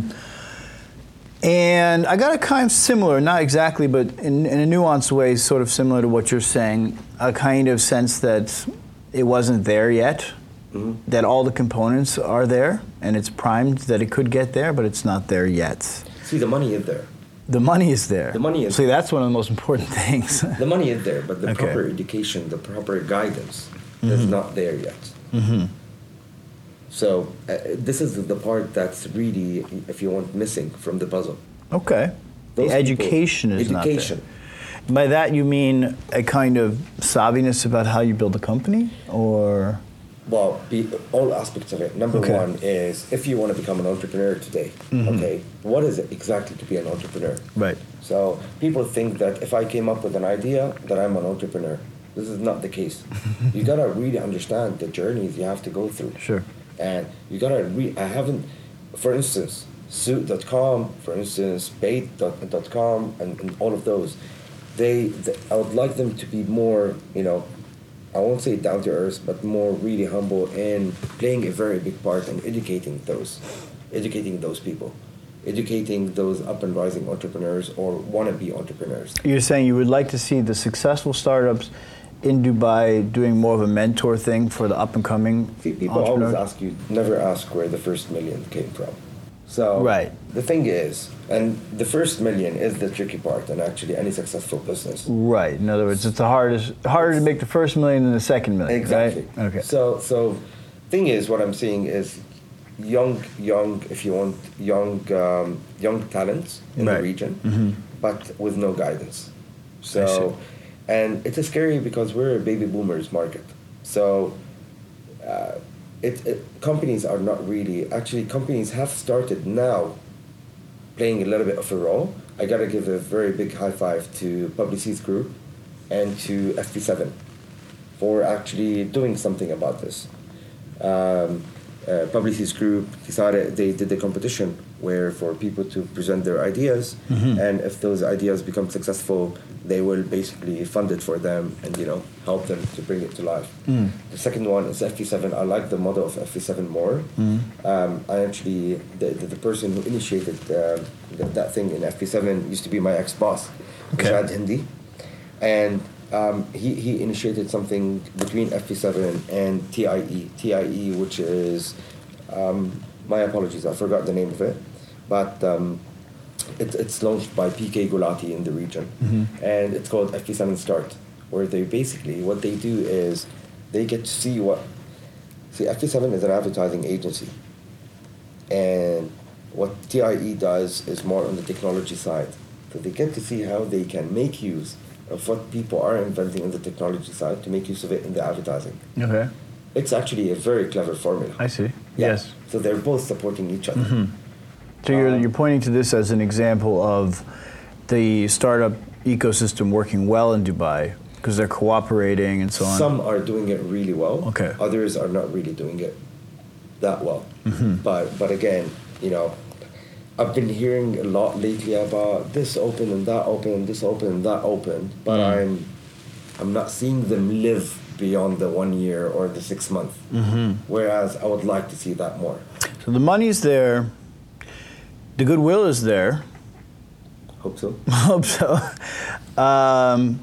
Speaker 1: And I got a kind of similar, not exactly, but in, in a nuanced way, sort of similar to what you're saying, a kind of sense that it wasn't there yet,
Speaker 2: Mm-hmm.
Speaker 1: that all the components are there, and it's primed that it could get there, but it's not there yet.
Speaker 2: See, the money is there.
Speaker 1: The money is there.
Speaker 2: The money is
Speaker 1: See,
Speaker 2: there.
Speaker 1: that's one of the most important things.
Speaker 2: The money is there, but the
Speaker 1: Okay. Hmm.
Speaker 2: proper education, the proper guidance is not there yet.
Speaker 1: Mm-hmm.
Speaker 2: So uh, this is the part that's really, if you want, missing from the puzzle.
Speaker 1: okay. The
Speaker 2: Those people-
Speaker 1: education is not there.
Speaker 2: education.
Speaker 1: By that you mean a kind of savviness about how you build a company, or
Speaker 2: Well, be, all aspects of it. Number
Speaker 1: Okay. Mm-hmm.
Speaker 2: one is if you want to become an entrepreneur today, okay, what is it exactly to be an entrepreneur?
Speaker 1: right?
Speaker 2: So people think that if I came up with an idea, that I'm an entrepreneur. This is not the case. you gotta really understand the journeys you have to go through.
Speaker 1: Sure.
Speaker 2: And you gotta re. I haven't, for instance, suit.com, for instance, bait.com, and, and all of those. They, th I would like them to be more, you know, I won't say down to earth, but more really humble and playing a very big part in educating those, educating those people, educating those up and rising entrepreneurs or wannabe entrepreneurs.
Speaker 1: You're saying you would like to see the successful startups in Dubai doing more of a mentor thing for the up and coming
Speaker 2: See, people always ask you, never ask where the first million came from. So
Speaker 1: Right.
Speaker 2: the thing is, and the first million is the tricky part, and actually any successful business.
Speaker 1: Right. In other words, it's the hardest harder to make the first million than the second million.
Speaker 2: Exactly.
Speaker 1: Right? Okay.
Speaker 2: So so thing is what I'm seeing is young young if you want young um, young talents in
Speaker 1: Right. Mm-hmm.
Speaker 2: the region but with no guidance.
Speaker 1: I see.
Speaker 2: So and it is scary because we're a baby boomers market. So uh, it, it companies are not really actually companies have started now playing a little bit of a role. I gotta give a very big high five to Publicis Group and to FP7 for actually doing something about this. Um, uh, Publicis Group decided they did a competition where for people to present their ideas, and if those ideas become successful, they will basically fund it for them and you know help them to bring it to life. The second one is FP7. I like the model of FP7 more. Um, I actually the, the, the person who initiated um th- that thing in FP7 used to be my ex boss,
Speaker 1: Okay.
Speaker 2: Rashad Hindi and um, he, he initiated something between FP7 and E. TIE, TIE, which is, um, my apologies, I forgot the name of it, but um, it, it's launched by PK Gulati in the region, and it's called FP7 Start, where they basically, what they do is, they get to see what, see, FP7 is an advertising agency, and what TIE does is more on the technology side. So they get to see how they can make use of what people are inventing on the technology side to make use of it in the advertising.
Speaker 1: Okay.
Speaker 2: It's actually a very clever formula.
Speaker 1: I see.
Speaker 2: Yeah.
Speaker 1: Yes.
Speaker 2: So they're both supporting each other.
Speaker 1: So
Speaker 2: Um,
Speaker 1: you're, you're pointing to this as an example of the startup ecosystem working well in Dubai because they're cooperating and so on.
Speaker 2: Some are doing it really well.
Speaker 1: Okay.
Speaker 2: Others are not really doing it that well.
Speaker 1: Mm-hmm.
Speaker 2: But but again, you know, I've been hearing a lot lately about this open and that open and this open and that open, but
Speaker 1: Mm.
Speaker 2: I'm I'm not seeing them live beyond the one year or the six month.
Speaker 1: Mm-hmm.
Speaker 2: Whereas I would like to see that more.
Speaker 1: so the money's there, the goodwill is there.
Speaker 2: Hope so.
Speaker 1: hope so. Um,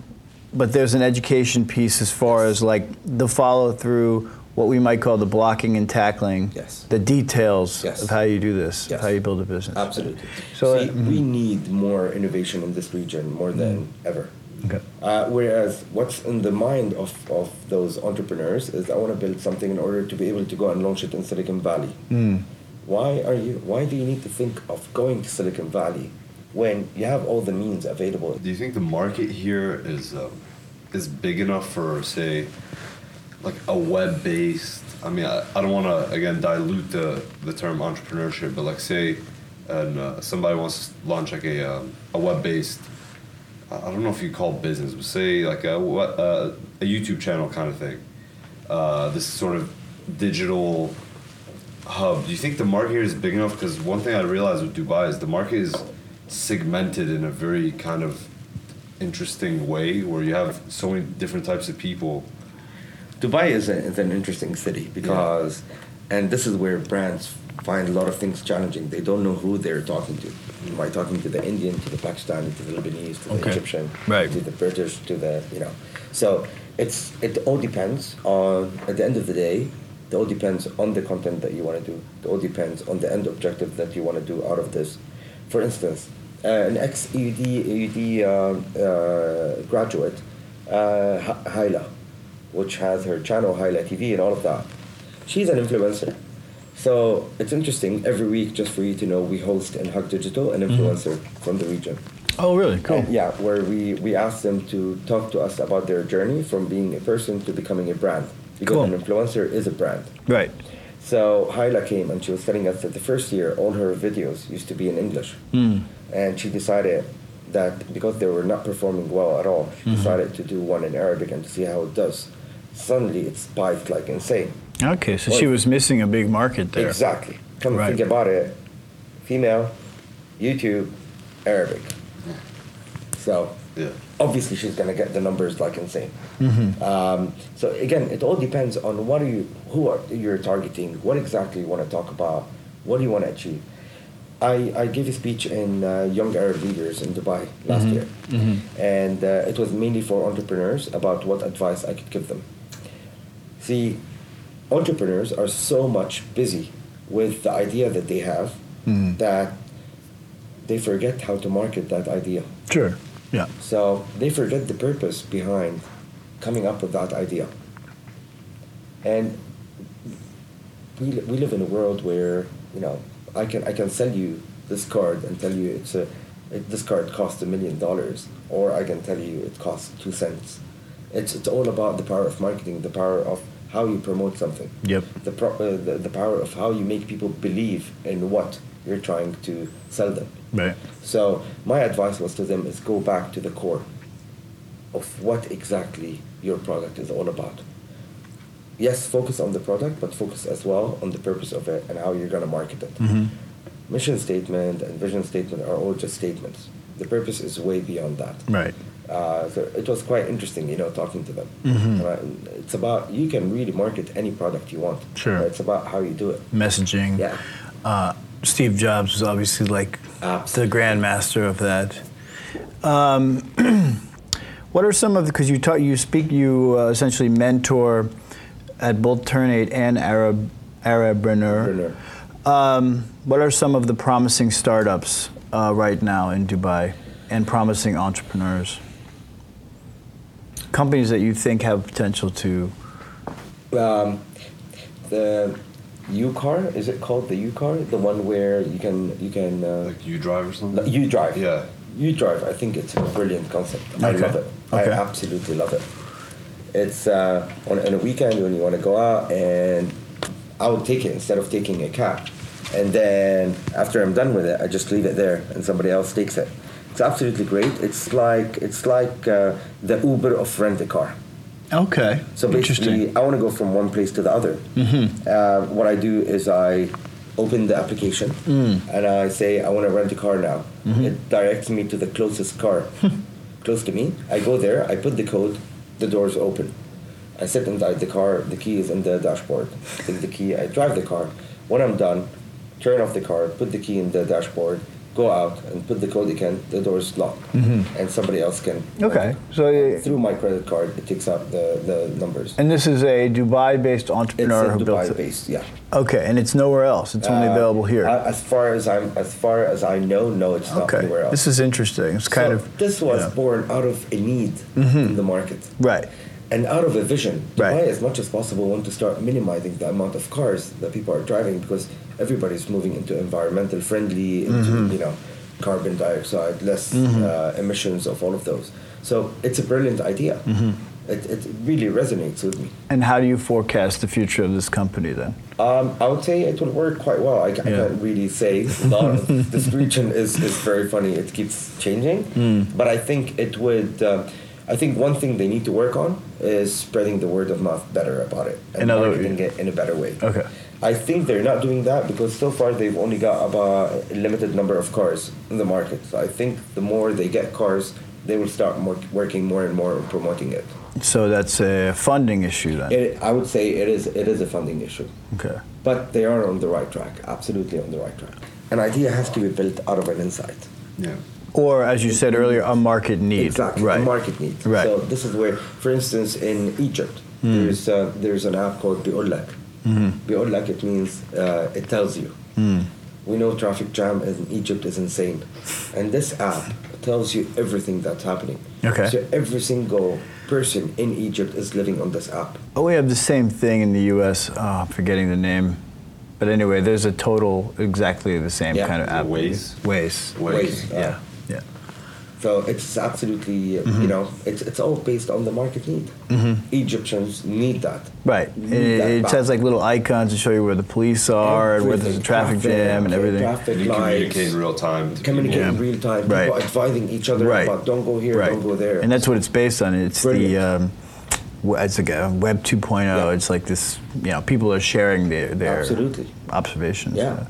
Speaker 1: but there's an education piece as far as like the follow through, what we might call the blocking and tackling.
Speaker 2: Yes.
Speaker 1: The details
Speaker 2: Yes.
Speaker 1: of how you do this, of
Speaker 2: Yes.
Speaker 1: how you build a business.
Speaker 2: Absolutely.
Speaker 1: So,
Speaker 2: So See,
Speaker 1: uh,
Speaker 2: we need more innovation in this region more than ever.
Speaker 1: Mm-hmm. Okay.
Speaker 2: Uh, whereas what's in the mind of, of those entrepreneurs is I want to build something in order to be able to go and launch it in Silicon Valley.
Speaker 1: Mm.
Speaker 2: Why are you? Why do you need to think of going to Silicon Valley when you have all the means available?
Speaker 4: Do you think the market here is um, is big enough for say like a web based? I mean, I, I don't want to again dilute the, the term entrepreneurship, but like say, and uh, somebody wants to launch like a um, a web based. I I don't know if you call it business, but say like a we- uh, a YouTube channel kind of thing. Uh, this sort of digital hub. Do you think the market here is big enough? Because one thing I realized with Dubai is the market is segmented in a very kind of interesting way where you have so many different types of people.
Speaker 2: Dubai is, a, is an interesting city because, and this is where brands find a lot of things challenging. They don't know who they're talking to. Am I talking to the Indian, to the Pakistani, to the Lebanese, to the
Speaker 1: Okay.
Speaker 2: Egyptian,
Speaker 1: Right.
Speaker 2: to the British, to the you know? So it's it all depends on at the end of the day. It all depends on the content that you want to do. It all depends on the end objective that you want to do out of this. For instance, uh, an ex EUD, EUD um, uh, graduate, uh, Ha- Haila, which has her channel Highlight TV and all of that. She's an influencer. So it's interesting every week just for you to know we host and hug digital an influencer from the region.
Speaker 1: Mm-hmm. Oh, really? Cool.
Speaker 2: And yeah, where we, we ask them to talk to us about their journey from being a person to becoming a brand. Because
Speaker 1: Cool.
Speaker 2: an influencer is a brand.
Speaker 1: Right.
Speaker 2: So Hyla came and she was telling us that the first year all her videos used to be in English. And she decided that because they were not performing well at all, she decided to do one in Arabic and to see how it does. Suddenly it spiked like insane.
Speaker 1: Okay, so
Speaker 2: Well-
Speaker 1: she was missing a big market there.
Speaker 2: Exactly. Come
Speaker 1: Right.
Speaker 2: think about it. Female, YouTube, Arabic. So
Speaker 4: Yeah.
Speaker 2: obviously she's going to get the numbers like insane.
Speaker 1: Mm-hmm.
Speaker 2: Um, so again, it all depends on what are you, who are you're targeting, what exactly you want to talk about, what do you want to achieve. I, I gave a speech in uh, Young Arab Leaders in Dubai last
Speaker 1: Mm-hmm.
Speaker 2: year, and uh, it was mainly for entrepreneurs about what advice I could give them. See, entrepreneurs are so much busy with the idea that they have that they forget how to market that idea.
Speaker 1: Sure. Yeah.
Speaker 2: So they forget the purpose behind coming up with that idea. And we, li- we live in a world where, you know, I can, I can sell you this card and tell you it's a, it, this card costs a million dollars, or I can tell you it costs two cents. It's, it's all about the power of marketing, the power of how you promote something
Speaker 1: Yep.
Speaker 2: the, pro- uh, the, the power of how you make people believe in what you're trying to sell them.
Speaker 1: Right.
Speaker 2: So my advice was to them is go back to the core of what exactly your product is all about. Yes, focus on the product, but focus as well on the purpose of it and how you're going to market it.
Speaker 1: Mm-hmm.
Speaker 2: Mission statement and vision statement are all just statements. The purpose is way beyond that
Speaker 1: Right.
Speaker 2: uh, so it was quite interesting, you know, talking to them.
Speaker 1: Mm-hmm.
Speaker 2: And I- it's about you can really market any product you want.
Speaker 1: Sure. Mm-hmm.
Speaker 2: It's about how you do it.
Speaker 1: Messaging.
Speaker 2: Yeah.
Speaker 1: Uh, Steve Jobs was obviously like
Speaker 2: Absolutely.
Speaker 1: the grandmaster of that. Um, what are some of the? Because you taught, you speak, you uh, essentially mentor at both Turnate and Arab Arabrunner.
Speaker 2: Entrepreneur.
Speaker 1: Um, what are some of the promising startups uh, right now in Dubai and promising entrepreneurs? Companies that you think have potential to.
Speaker 2: Um, the U car is it called the U car? The one where you can you can uh,
Speaker 4: Like you drive or something.
Speaker 2: you drive.
Speaker 4: Yeah.
Speaker 2: You drive. I think it's a brilliant concept. I
Speaker 1: Okay.
Speaker 2: love it.
Speaker 1: Okay.
Speaker 2: I absolutely love it. It's uh, on, on a weekend when you want to go out, and I would take it instead of taking a cab. And then after I'm done with it, I just leave it there, and somebody else takes it. It's absolutely great. It's like it's like uh, the Uber of rent a car.
Speaker 1: Okay.
Speaker 2: So basically, I want to go from one place to the other. Uh, what I do is I open the application and I say I want to rent a car now. It directs me to the closest car close to me. I go there. I put the code. The doors open. I sit inside the car. The key is in the dashboard. Take the key. I drive the car. When I'm done, turn off the car. Put the key in the dashboard. Go out and put the code again. The door is locked, and somebody else can.
Speaker 1: Okay. So. uh,
Speaker 2: Through my credit card, it takes out the, the numbers.
Speaker 1: And this is a Dubai-based
Speaker 2: It's
Speaker 1: entrepreneur
Speaker 2: in
Speaker 1: who built
Speaker 2: Dubai
Speaker 1: it.
Speaker 2: based, yeah.
Speaker 1: Okay, and it's nowhere else. It's only
Speaker 2: Uh,
Speaker 1: available here.
Speaker 2: a- As far as I'm, as far as I know, no, it's not
Speaker 1: okay,
Speaker 2: anywhere else.
Speaker 1: this is interesting. It's kind
Speaker 2: So
Speaker 1: of
Speaker 2: this was
Speaker 1: yeah. Mm-hmm.
Speaker 2: born out of a need in the market
Speaker 1: right.
Speaker 2: and out of a vision.
Speaker 1: Right.
Speaker 2: Dubai, as much as possible, want to start minimizing the amount of cars that people are driving because everybody's moving into environmental friendly, into
Speaker 1: Mm-hmm.
Speaker 2: you know, carbon dioxide, less uh, emissions of all of those. So it's a brilliant idea.
Speaker 1: Mm-hmm.
Speaker 2: It, it really resonates with me.
Speaker 1: And how do you forecast the future of this company then?
Speaker 2: Um, I would say it would work quite well. I, ca- I
Speaker 1: Yeah.
Speaker 2: can't really say. A lot of this region is, is very funny. It keeps changing.
Speaker 1: Hmm.
Speaker 2: But I think it would. Uh, I think one thing they need to work on is spreading the word of mouth better about it and
Speaker 1: In other-
Speaker 2: marketing it in a better way.
Speaker 1: Okay.
Speaker 2: I think they're not doing that because so far they've only got about a limited number of cars in the market. So I think the more they get cars, they will start more, working more and more on promoting it.
Speaker 1: So that's a funding issue then.
Speaker 2: it. I would say it is it is a funding issue
Speaker 1: okay.
Speaker 2: but they are on the right track, absolutely on the right track. An idea has to be built out of an insight.
Speaker 4: Yeah.
Speaker 1: Or as you said earlier, a market need.
Speaker 2: Exactly,
Speaker 1: Right.
Speaker 2: a market need.
Speaker 1: Right. Hmm.
Speaker 2: So this is where, for instance, in Egypt, there's uh, there's an app called Biullak. Biullak it means uh, it tells you.
Speaker 1: Hmm.
Speaker 2: We know traffic jam in Egypt is insane, and this app tells you everything that's happening.
Speaker 1: Okay.
Speaker 2: So every single person in Egypt is living on this app.
Speaker 1: Oh, we have the same thing in the U.S. Oh, I'm forgetting the name, but anyway, there's a total exactly the same
Speaker 2: Yeah.
Speaker 1: kind of app.
Speaker 4: Waze?
Speaker 1: Waze.
Speaker 4: Waze.
Speaker 2: Waze, uh,
Speaker 1: Yeah. Yeah.
Speaker 2: So it's absolutely, uh, you
Speaker 1: Mm-hmm.
Speaker 2: know, it's, it's all based on the market need. Egyptians need that.
Speaker 1: Right. It,
Speaker 2: Need that
Speaker 1: it
Speaker 2: back.
Speaker 1: has like little icons to show you where the police are and where there's a
Speaker 2: Everything,
Speaker 1: traffic jam and everything.
Speaker 2: Traffic
Speaker 4: And you communicate in
Speaker 2: lights.
Speaker 4: real time. to
Speaker 2: Communicate in
Speaker 1: Yeah.
Speaker 2: real time. People
Speaker 1: Right.
Speaker 2: advising each other
Speaker 1: Right.
Speaker 2: about don't go here,
Speaker 1: right.
Speaker 2: don't go there.
Speaker 1: And that's what it's based on. It's the
Speaker 2: Brilliant.
Speaker 1: um, w- it's like a Web 2.0. It's like this. You know, people are sharing their their
Speaker 2: Absolutely.
Speaker 1: observations.
Speaker 2: Yeah.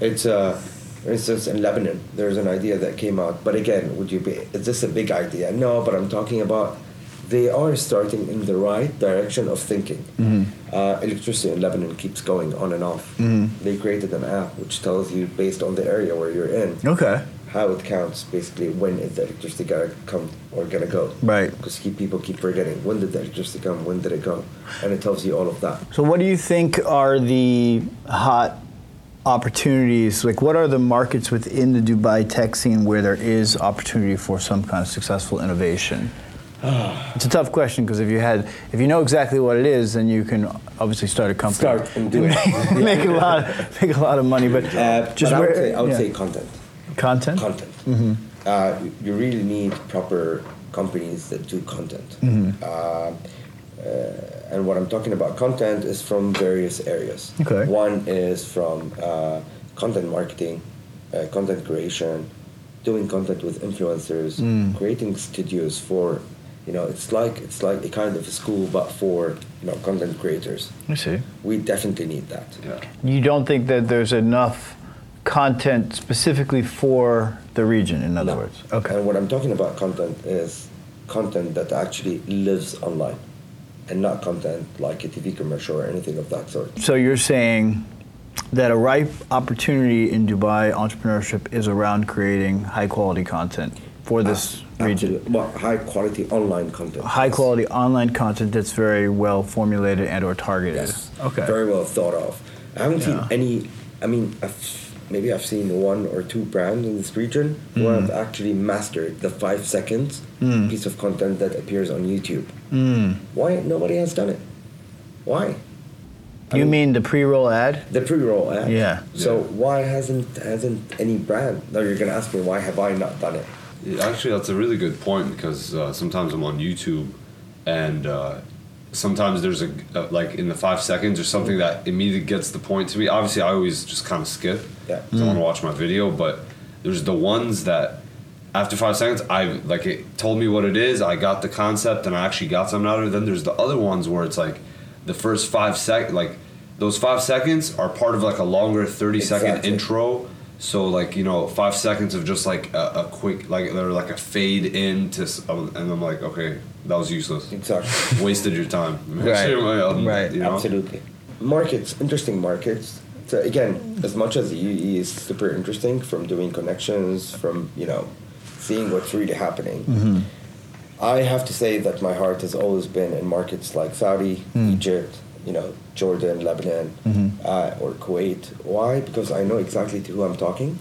Speaker 2: It's, uh, for instance, in Lebanon, there's an idea that came out. But again, would you be, is this a big idea? No, but I'm talking about they are starting in the right direction of thinking.
Speaker 1: Mm-hmm.
Speaker 2: Uh, electricity in Lebanon keeps going on and off.
Speaker 1: Mm-hmm.
Speaker 2: They created an app which tells you based on the area where you're in.
Speaker 1: Okay.
Speaker 2: how it counts basically when is the electricity gonna come or gonna go
Speaker 1: Right.
Speaker 2: because keep, people keep forgetting when did the electricity come when did it go and it tells you all of that
Speaker 1: So, what do you think are the hot opportunities? Like, what are the markets within the Dubai tech scene where there is opportunity for some kind of successful innovation? it's a tough question because if you had, if you know exactly what it is, then you can obviously start a company,
Speaker 2: Start and do it.
Speaker 1: make a lot, make a lot of money. But
Speaker 2: Uh,
Speaker 1: just
Speaker 2: but I would,
Speaker 1: where-
Speaker 2: say, I would
Speaker 1: yeah.
Speaker 2: say content.
Speaker 1: content.
Speaker 2: Content. Uh, you really need proper companies that do content. Uh, uh, and what I'm talking about content is from various areas.
Speaker 1: Okay.
Speaker 2: One is from uh, content marketing, uh, content creation, doing content with influencers, creating studios for, you know, it's like it's like a kind of a school, but for you know content creators.
Speaker 1: I see.
Speaker 2: We definitely need that.
Speaker 4: Yeah.
Speaker 1: You don't think that there's enough content specifically for the region, in other words? Okay.
Speaker 2: And what I'm talking about content is content that actually lives online and not content like a TV commercial or anything of that sort.
Speaker 1: So you're saying that a ripe opportunity in Dubai entrepreneurship is around creating high quality content for this
Speaker 2: Ah,
Speaker 1: region.
Speaker 2: Absolute- Well, high quality online content.
Speaker 1: High
Speaker 2: Yes.
Speaker 1: quality online content that's very well formulated and or targeted.
Speaker 2: Yes.
Speaker 1: Okay.
Speaker 2: Very well thought of. I haven't seen
Speaker 1: Yeah.
Speaker 2: any, I mean, I've, maybe I've seen one or two brands in this region who
Speaker 1: Hmm.
Speaker 2: have actually mastered the five seconds piece of content that appears on YouTube.
Speaker 1: Hmm.
Speaker 2: Why nobody has done it? Why?
Speaker 1: you mean the pre-roll ad?
Speaker 2: The pre-roll ad.
Speaker 1: Yeah.
Speaker 2: So
Speaker 4: Yeah.
Speaker 2: why hasn't hasn't any brand? Now you're gonna ask me why have I not done it?
Speaker 4: Yeah, Actually, that's a really good point because uh, sometimes I'm on YouTube, and uh, sometimes there's a uh, like in the five seconds or something that immediately gets the point to me. Obviously, I always just kind of skip.
Speaker 2: Yeah.
Speaker 4: 'cause I want to watch my video, but there's the ones that after five seconds, I like it told me what it is. I got the concept, and I actually got something out of it. Then there's the other ones where it's like the first five sec like those five seconds are part of like a longer thirty second
Speaker 2: Exactly.
Speaker 4: intro intro. So like you know, five seconds of just like a, a quick like or like a fade in to, s- and I'm like, okay, that was useless.
Speaker 2: Exactly.
Speaker 4: Wasted your time. um,
Speaker 1: Right. Right.
Speaker 4: You know?
Speaker 2: Absolutely. Markets, interesting markets. So again, as much as the UE is super interesting from doing connections, from you know, seeing what's really happening. I have to say that my heart has always been in markets like Saudi,
Speaker 1: Hmm.
Speaker 2: Egypt, you know, Jordan, Lebanon,
Speaker 1: Mm-hmm.
Speaker 2: uh, or Kuwait. Why? Because I know exactly to who I'm talking,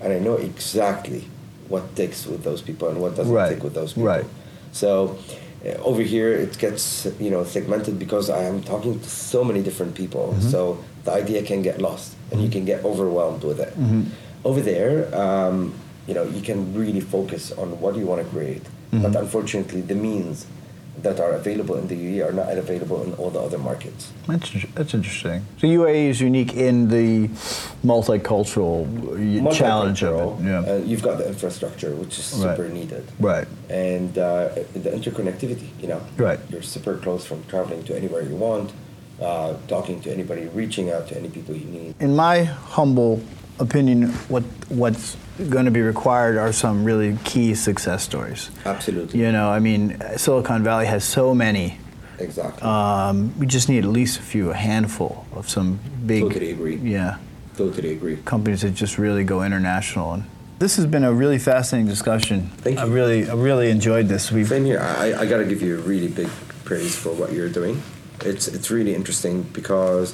Speaker 2: and I know exactly what ticks with those people and what doesn't
Speaker 1: Right.
Speaker 2: tick with those people.
Speaker 1: Right.
Speaker 2: So uh, over here, it gets you know segmented because I am talking to so many different people.
Speaker 1: Mm-hmm.
Speaker 2: So the idea can get lost, and you can get overwhelmed with it.
Speaker 1: Mm-hmm.
Speaker 2: Over there, um, you know, you can really focus on what you want to create.
Speaker 1: Mm-hmm.
Speaker 2: But unfortunately, the means that are available in the UAE are not available in all the other markets.
Speaker 1: That's, that's interesting. So UAE is unique in the multicultural, uh, challenge of it.
Speaker 2: Multicultural,
Speaker 1: Yeah.
Speaker 2: uh, you've got the infrastructure, which is
Speaker 1: Right.
Speaker 2: super needed.
Speaker 1: right.
Speaker 2: and uh, the interconnectivity. You know,
Speaker 1: Right.
Speaker 2: You're super close from traveling to anywhere you want, uh, talking to anybody, reaching out to any people you need.
Speaker 1: in my humble opinion, what what's going to be required are some really key success stories.
Speaker 2: Absolutely.
Speaker 1: You know, I mean, Silicon Valley has so many.
Speaker 2: Exactly.
Speaker 1: Um, we just need at least a few, a handful of some big.
Speaker 2: Totally agree.
Speaker 1: Yeah
Speaker 2: totally agree.
Speaker 1: companies that just really go international. And this has been a really fascinating discussion.
Speaker 2: Thank
Speaker 1: I
Speaker 2: you.
Speaker 1: really, I really enjoyed this. We've
Speaker 2: Same here. I, I got to give you a really big praise for what you're doing. It's it's really interesting because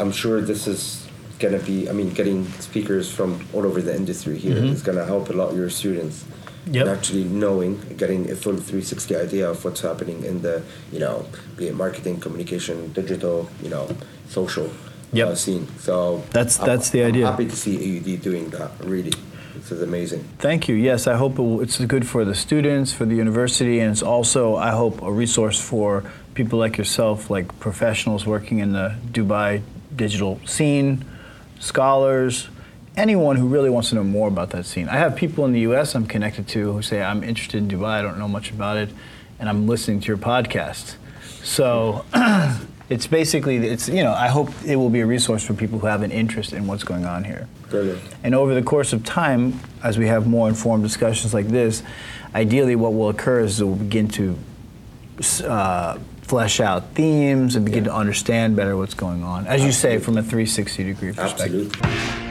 Speaker 2: I'm sure this is gonna be. I mean, getting speakers from all over the industry here is gonna help a lot your students.
Speaker 1: Mm-hmm. Yep.
Speaker 2: in Actually, knowing, getting a full 360 idea of what's happening in the, you know, be it marketing, communication, digital, you know, social
Speaker 1: Yep.
Speaker 2: uh, scene. So
Speaker 1: That's-
Speaker 2: I'm-
Speaker 1: that's the
Speaker 2: I'm
Speaker 1: idea.
Speaker 2: Happy to see AUD doing that. Really, this is amazing.
Speaker 1: Thank you. Yes, I hope it will, it's good for the students, for the university, and it's also, I hope, a resource for people like yourself, like professionals working in the Dubai digital scene, scholars, anyone who really wants to know more about that scene. I have people in the US I'm connected to who say, I'm interested in Dubai, I don't know much about it, and I'm listening to your podcast. So it's basically, it's, you know, I hope it will be a resource for people who have an interest in what's going on here.
Speaker 2: Brilliant.
Speaker 1: And over the course of time, as we have more informed discussions like this, ideally what will occur is we'll begin to uh, flesh out themes and begin to understand better what's going on. As you say, from a 360 degree perspective.
Speaker 2: Absolutely.